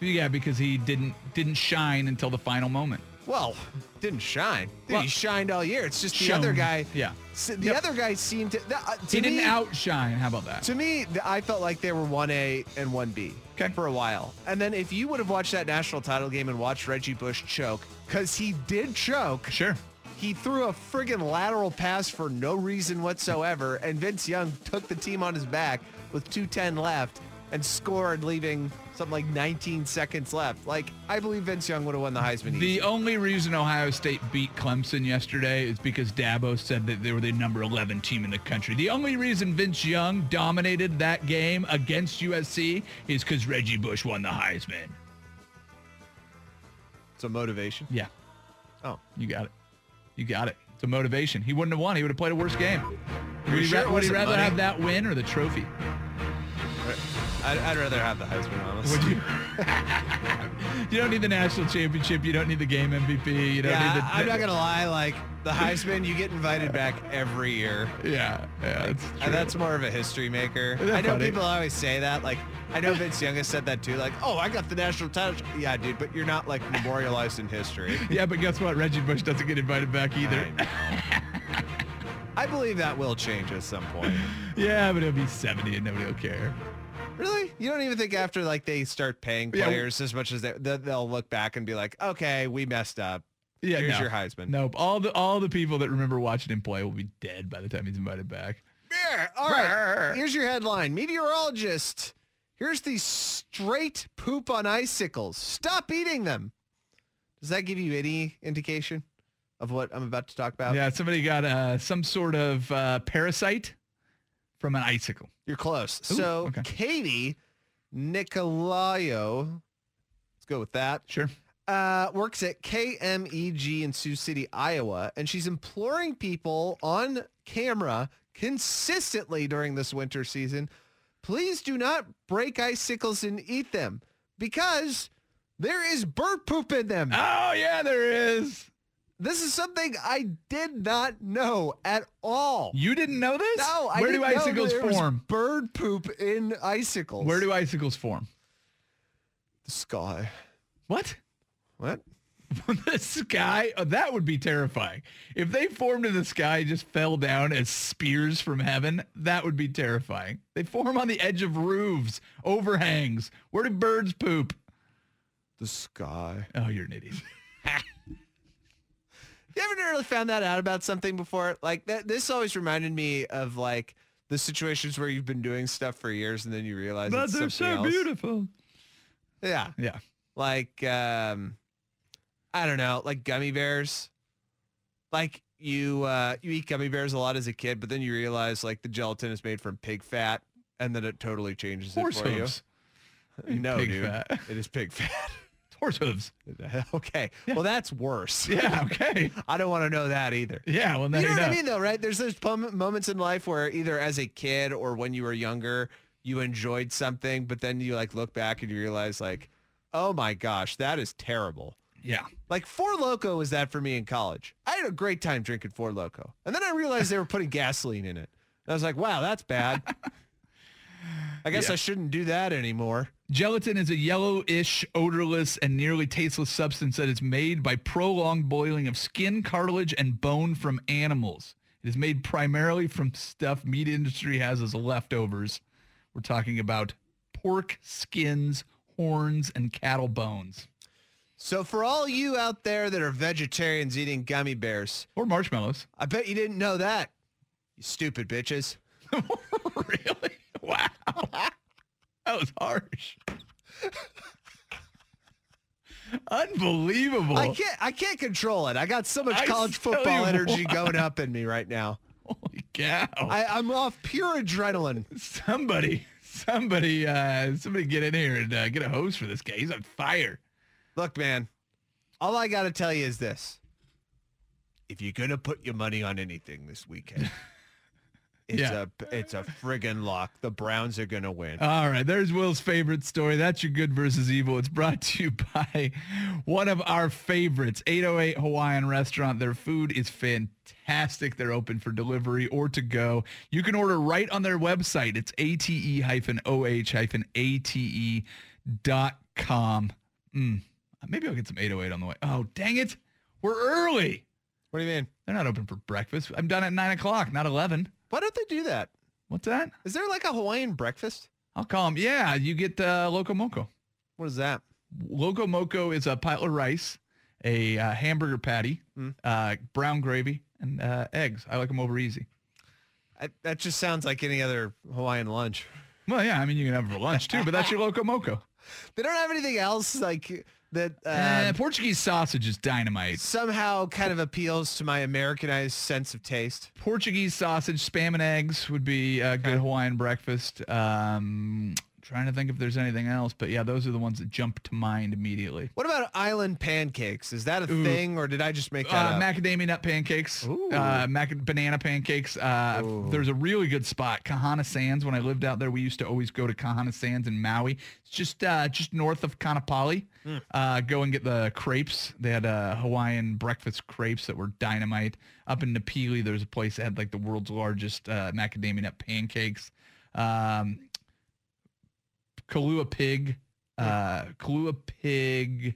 [SPEAKER 3] Yeah, because he didn't didn't shine until the final moment.
[SPEAKER 4] Well, didn't shine. Dude,
[SPEAKER 3] Well,
[SPEAKER 4] he shined all year. It's just the
[SPEAKER 3] shone.
[SPEAKER 4] other guy.
[SPEAKER 3] Yeah.
[SPEAKER 4] s- The
[SPEAKER 3] Yep.
[SPEAKER 4] other guy seemed to. uh, to
[SPEAKER 3] he
[SPEAKER 4] me-
[SPEAKER 3] didn't outshine. How about that?
[SPEAKER 4] To me, th- I felt like they were 1A and 1B
[SPEAKER 3] Okay.
[SPEAKER 4] for a while. And then if you would have watched that national title game and watched Reggie Bush choke, because he did choke,
[SPEAKER 3] Sure.
[SPEAKER 4] he threw a friggin' lateral pass for no reason whatsoever, and Vince Young took the team on his back with 210 left and scored, leaving something like 19 seconds left. Like, I believe Vince Young would have won the Heisman. easy.
[SPEAKER 3] The only reason Ohio State beat Clemson yesterday is because Dabo said that they were the number 11 team in the country. The only reason Vince Young dominated that game against USC is because Reggie Bush won the Heisman.
[SPEAKER 4] it's a motivation.
[SPEAKER 3] Yeah.
[SPEAKER 4] Oh.
[SPEAKER 3] You got it. You got it. It's a motivation. He wouldn't have won. He would have played a worse game. Would you
[SPEAKER 4] sure
[SPEAKER 3] ra-
[SPEAKER 4] it
[SPEAKER 3] would you
[SPEAKER 4] wasn't
[SPEAKER 3] rather
[SPEAKER 4] money?
[SPEAKER 3] have that win or the trophy?
[SPEAKER 4] I'd, I'd rather have the Heisman, honestly.
[SPEAKER 3] Would you? you don't need the national championship. You don't need the game MVP. You don't
[SPEAKER 4] Yeah,
[SPEAKER 3] need the.
[SPEAKER 4] I- I'm not gonna lie. Like the Heisman, you get invited back every year.
[SPEAKER 3] Yeah, yeah, that's true.
[SPEAKER 4] And uh, that's more of a history maker.
[SPEAKER 3] that
[SPEAKER 4] I know
[SPEAKER 3] funny?
[SPEAKER 4] people always say that. Like, I know Vince Young has said that too. Like, oh, I got the national title. Yeah, dude, but you're not like memorialized in history.
[SPEAKER 3] yeah, but guess what? Reggie Bush doesn't get invited back either.
[SPEAKER 4] I believe that will change at some point.
[SPEAKER 3] Yeah, but it'll be 70 and nobody will care.
[SPEAKER 4] Really? You don't even think after like they start paying
[SPEAKER 3] Yeah.
[SPEAKER 4] players as much as they, that they'll look back and be like, okay, we messed up.
[SPEAKER 3] Yeah,
[SPEAKER 4] Here's
[SPEAKER 3] no.
[SPEAKER 4] your Heisman.
[SPEAKER 3] Nope. All the all the people that remember watching him play will be dead by the time he's invited back.
[SPEAKER 4] Yeah, all right. Here's your headline. Meteorologist. Here's the straight poop on icicles. Stop eating them. Does that give you any indication of what I'm about to talk about?
[SPEAKER 3] Yeah, somebody got uh, some sort of uh, parasite from an icicle.
[SPEAKER 4] You're close.
[SPEAKER 3] Ooh,
[SPEAKER 4] so
[SPEAKER 3] okay.
[SPEAKER 4] Katie Nicolaio, let's go with that,
[SPEAKER 3] Sure.
[SPEAKER 4] uh, works at KMEG in Sioux City, Iowa, and she's imploring people on camera consistently during this winter season, please do not break icicles and eat them because there is bird poop in them.
[SPEAKER 3] Oh yeah, there is.
[SPEAKER 4] This is something I did not know at all.
[SPEAKER 3] You didn't know this?
[SPEAKER 4] No, I
[SPEAKER 3] Where
[SPEAKER 4] didn't
[SPEAKER 3] do
[SPEAKER 4] know
[SPEAKER 3] icicles
[SPEAKER 4] there was
[SPEAKER 3] form?
[SPEAKER 4] bird poop in icicles.
[SPEAKER 3] Where do icicles form?
[SPEAKER 4] the sky?
[SPEAKER 3] What?
[SPEAKER 4] What?
[SPEAKER 3] the sky? Oh, that would be terrifying. If they formed in the sky, just fell down as spears from heaven, that would be terrifying. They form on the edge of roofs, overhangs. Where do birds poop?
[SPEAKER 4] The sky.
[SPEAKER 3] Oh, you're an idiot.
[SPEAKER 4] You haven't really found that out about something before? Like that this always reminded me of like the situations where you've been doing stuff for years and then you realize it's something else.
[SPEAKER 3] beautiful.
[SPEAKER 4] Yeah.
[SPEAKER 3] Yeah.
[SPEAKER 4] Like um I don't know, like gummy bears. Like you uh you eat gummy bears a lot as a kid, but then you realize like the gelatin is made from pig fat and then it totally changes
[SPEAKER 3] Horse
[SPEAKER 4] it for
[SPEAKER 3] hooves.
[SPEAKER 4] you. No,
[SPEAKER 3] Pig
[SPEAKER 4] dude.
[SPEAKER 3] fat.
[SPEAKER 4] It is pig fat.
[SPEAKER 3] Horse hooves.
[SPEAKER 4] okay. Well, that's worse.
[SPEAKER 3] Yeah, okay.
[SPEAKER 4] I don't want to know that either.
[SPEAKER 3] Yeah, well, now
[SPEAKER 4] You know what I
[SPEAKER 3] know.
[SPEAKER 4] mean, though, right? There's those pom- moments in life where either as a kid or when you were younger, you enjoyed something, but then you like look back and you realize like, oh my gosh, that is terrible.
[SPEAKER 3] Yeah.
[SPEAKER 4] Like Four Loco was that for me in college. I had a great time drinking Four Loco, and then I realized they were putting gasoline in it. And I was like, wow, that's bad. I guess I shouldn't do that anymore.
[SPEAKER 3] Gelatin is a yellowish, odorless, and nearly tasteless substance that is made by prolonged boiling of skin, cartilage, and bone from animals. It is made primarily from stuff meat industry has as leftovers. We're talking about pork skins, horns, and cattle bones.
[SPEAKER 4] So for all you out there that are vegetarians eating gummy bears,
[SPEAKER 3] Or marshmallows.
[SPEAKER 4] I bet you didn't know that. You stupid bitches.
[SPEAKER 3] really? Wow. That was harsh. Unbelievable.
[SPEAKER 4] I can't I can't control it. I got so much
[SPEAKER 3] I
[SPEAKER 4] college
[SPEAKER 3] tell
[SPEAKER 4] football
[SPEAKER 3] you
[SPEAKER 4] energy
[SPEAKER 3] what.
[SPEAKER 4] going up in me right now.
[SPEAKER 3] Holy cow.
[SPEAKER 4] I, I'm off pure adrenaline.
[SPEAKER 3] Somebody, somebody, uh, somebody get in here and uh, get a hose for this guy. He's on fire.
[SPEAKER 4] Look, man, all I gotta tell you is this. If you're gonna put your money on anything this weekend, it's
[SPEAKER 3] Yeah.
[SPEAKER 4] a it's a friggin' lock. The Browns are gonna win.
[SPEAKER 3] All right, there's Will's favorite story. That's your good versus evil. It's brought to you by one of our favorites, 808 Hawaiian Restaurant. Their food is fantastic. They're open for delivery or to go. You can order right on their website. It's E ate-oh-ate.com. Mm, maybe I'll get some 808 on the way. Oh, dang it. We're early.
[SPEAKER 4] what do you mean?
[SPEAKER 3] They're not open for breakfast. I'm done at nine o'clock, not eleven.
[SPEAKER 4] Why don't they do that?
[SPEAKER 3] What's that?
[SPEAKER 4] Is there like a Hawaiian breakfast?
[SPEAKER 3] I'll call them. Yeah, you get uh, loco moco.
[SPEAKER 4] What is that?
[SPEAKER 3] Loco moco is a pile of rice, a uh, hamburger patty, uh, brown gravy, and uh, eggs. I like them over easy.
[SPEAKER 4] I, that just sounds like any other Hawaiian lunch.
[SPEAKER 3] Well, yeah, I mean you can have it for lunch too, but that's your loco moco.
[SPEAKER 4] They don't have anything else like that. Uh,
[SPEAKER 3] Uh, Portuguese sausage is dynamite.
[SPEAKER 4] somehow kind of appeals to my Americanized sense of taste.
[SPEAKER 3] Portuguese sausage, spam and eggs would be a good Hawaiian breakfast. Um, Trying to think if there's anything else, but yeah, those are the ones that jump to mind immediately.
[SPEAKER 4] What about island pancakes? Is that a
[SPEAKER 3] Ooh.
[SPEAKER 4] thing, or did I just make that
[SPEAKER 3] Uh,
[SPEAKER 4] up?
[SPEAKER 3] macadamia nut pancakes,
[SPEAKER 4] Ooh.
[SPEAKER 3] uh, mac- banana pancakes. Uh, there's a really good spot, Kahana Sands. When I lived out there, we used to always go to Kahana Sands in Maui. It's just uh, just north of Kanapali.
[SPEAKER 4] Hmm.
[SPEAKER 3] Uh, go and get the crepes. They had uh, Hawaiian breakfast crepes that were dynamite. Up in Napili, there's a place that had like the world's largest uh, macadamia nut pancakes. Um, Kalua pig, uh,
[SPEAKER 4] Hmm.
[SPEAKER 3] Kalua pig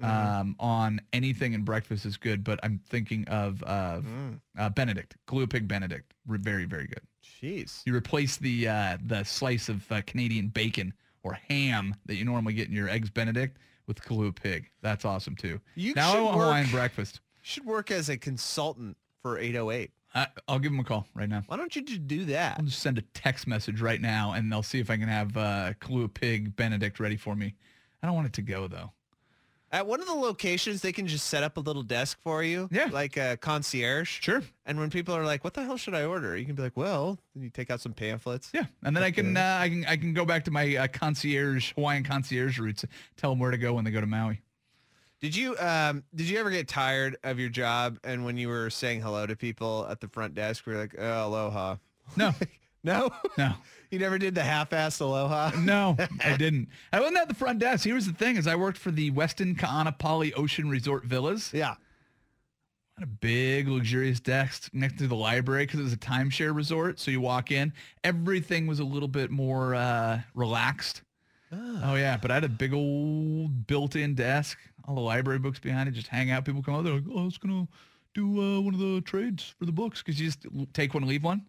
[SPEAKER 4] Mm-hmm.
[SPEAKER 3] um, on anything in breakfast is good, but I'm thinking of, of
[SPEAKER 4] Mm.
[SPEAKER 3] uh, Benedict, Kalua pig Benedict. Re- Very, very good.
[SPEAKER 4] Jeez.
[SPEAKER 3] You replace the, uh, the slice of uh, Canadian bacon or ham that you normally get in your eggs Benedict with Kalua pig. That's awesome too.
[SPEAKER 4] You
[SPEAKER 3] now I
[SPEAKER 4] should
[SPEAKER 3] want Hawaiian
[SPEAKER 4] work-
[SPEAKER 3] breakfast.
[SPEAKER 4] Should work as a consultant for 808.
[SPEAKER 3] I, I'll give him a call right now.
[SPEAKER 4] Why don't you just do that?
[SPEAKER 3] I'll just send a text message right now, and they'll see if I can have uh, Kalua Pig Benedict ready for me. I don't want it to go though.
[SPEAKER 4] At one of the locations, they can just set up a little desk for you.
[SPEAKER 3] Yeah.
[SPEAKER 4] Like a concierge.
[SPEAKER 3] Sure.
[SPEAKER 4] And when people are like, what the hell should I order? You can be like, well, then you take out some pamphlets.
[SPEAKER 3] Yeah, and then I can uh, I can I can go back to my uh, concierge Hawaiian concierge roots. Tell them where to go when they go to Maui.
[SPEAKER 4] Did you um did you ever get tired of your job and when you were saying hello to people at the front desk, we were like, oh, aloha.
[SPEAKER 3] No,
[SPEAKER 4] No?
[SPEAKER 3] no,
[SPEAKER 4] you never did the half-assed aloha?
[SPEAKER 3] no, I didn't. I wasn't at the front desk. Here's the thing: is I worked for the Weston Kaanapali Ocean Resort Villas.
[SPEAKER 4] Yeah.
[SPEAKER 3] had a big luxurious desk next to the library because it was a timeshare resort. So you walk in, everything was a little bit more uh, relaxed. Oh yeah, but I had a big old built-in desk, all the library books behind it, just hang out. People come out, they're like, "Oh, I was gonna do uh, one of the trades for the books," because you just l- take one, leave one.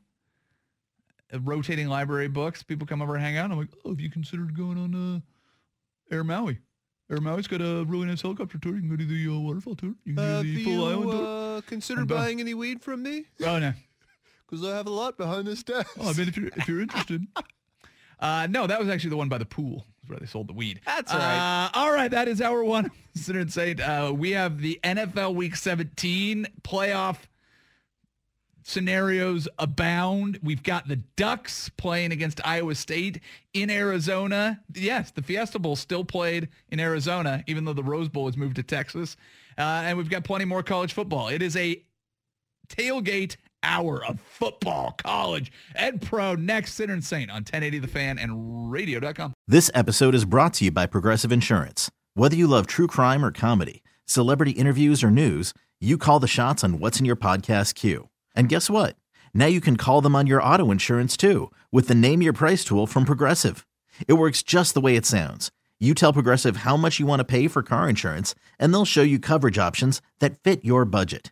[SPEAKER 3] Uh, Rotating library books, people come over, and hang out. and I'm like, "Oh, have you considered going on uh, Air Maui?" Air Maui's got a really nice helicopter tour. You can go do the uh, waterfall tour. You can
[SPEAKER 4] Have
[SPEAKER 3] do the full island
[SPEAKER 4] you
[SPEAKER 3] tour.
[SPEAKER 4] uh, considered
[SPEAKER 3] I'm done.
[SPEAKER 4] buying any weed from me?
[SPEAKER 3] Oh no.
[SPEAKER 4] Because I have a lot behind this desk.
[SPEAKER 3] Well, I mean, if you're if you're interested. Uh, no, that was actually the one by the pool. Is where they sold the weed.
[SPEAKER 4] That's all right.
[SPEAKER 3] Uh, all right, that is hour one. Consider insane. Uh, we have the NFL Week 17 playoff scenarios abound. We've got the Ducks playing against Iowa State in Arizona. Yes, the Fiesta Bowl still played in Arizona, even though the Rose Bowl has moved to Texas. Uh, and we've got plenty more college football. It is a tailgate hour of football, college, and pro next Sinner and Saint on 1080 The Fan and radio.com.
[SPEAKER 8] This episode is brought to you by Progressive Insurance. Whether you love true crime or comedy, celebrity interviews or news, you call the shots on what's in your podcast queue. And guess what? Now you can call them on your auto insurance too with the Name Your Price tool from Progressive. It works just the way it sounds. You tell Progressive how much you want to pay for car insurance, and they'll show you coverage options that fit your budget.